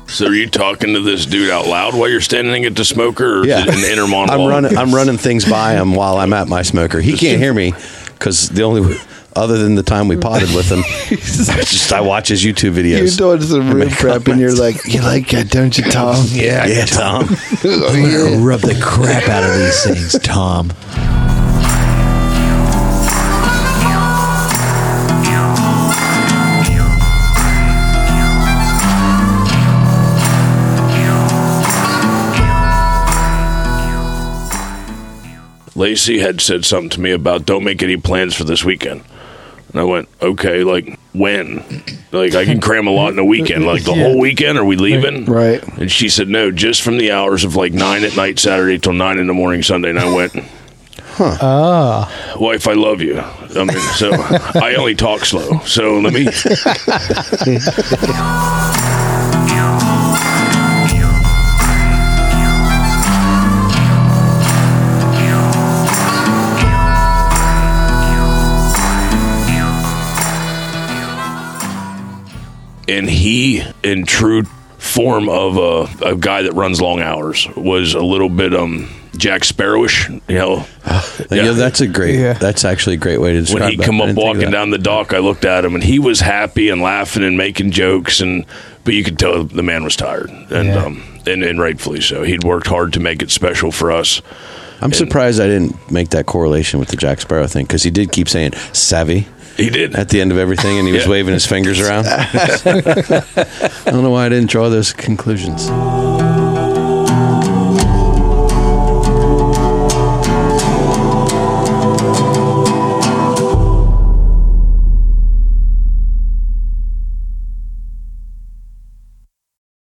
So are you talking to this dude out loud while you're standing at the smoker, or is Yeah. it an inner monologue? I'm running. I'm running things by him while I'm at my smoker. He can't hear me because the only other than the time we potted with <laughs> him, it's just I watch his YouTube You're videos. doing some real prep and you're like, you like that, don't you, Tom? Yeah, yeah, Tom. Oh, yeah. <laughs> Rub the crap out of these things, Tom. Lacey had said something to me about don't make any plans for this weekend. And I went, okay, like when? Like I can cram a lot in a weekend. Like the <laughs> Yeah. whole weekend, are we leaving? Right. And she said, no, just from the hours of like nine at night Saturday till nine in the morning Sunday. And I went, Ah. wife, I love you. I mean, <laughs> so I only talk slow. So let me. and he, in true form of a, a guy that runs long hours, was a little bit um Jack Sparrowish. You know, Yeah, that's a great. That's actually a great way to describe. when he that. come I up didn't think of walking that. down the dock, I looked at him and he was happy and laughing and making jokes and but you could tell the man was tired and Yeah. um and, and rightfully so. He'd worked hard to make it special for us. I'm surprised I didn't make that correlation with the Jack Sparrow thing because he did keep saying savvy. He did at the end of everything, and he was Yeah. <laughs> waving his fingers around. I don't know why I didn't draw those conclusions.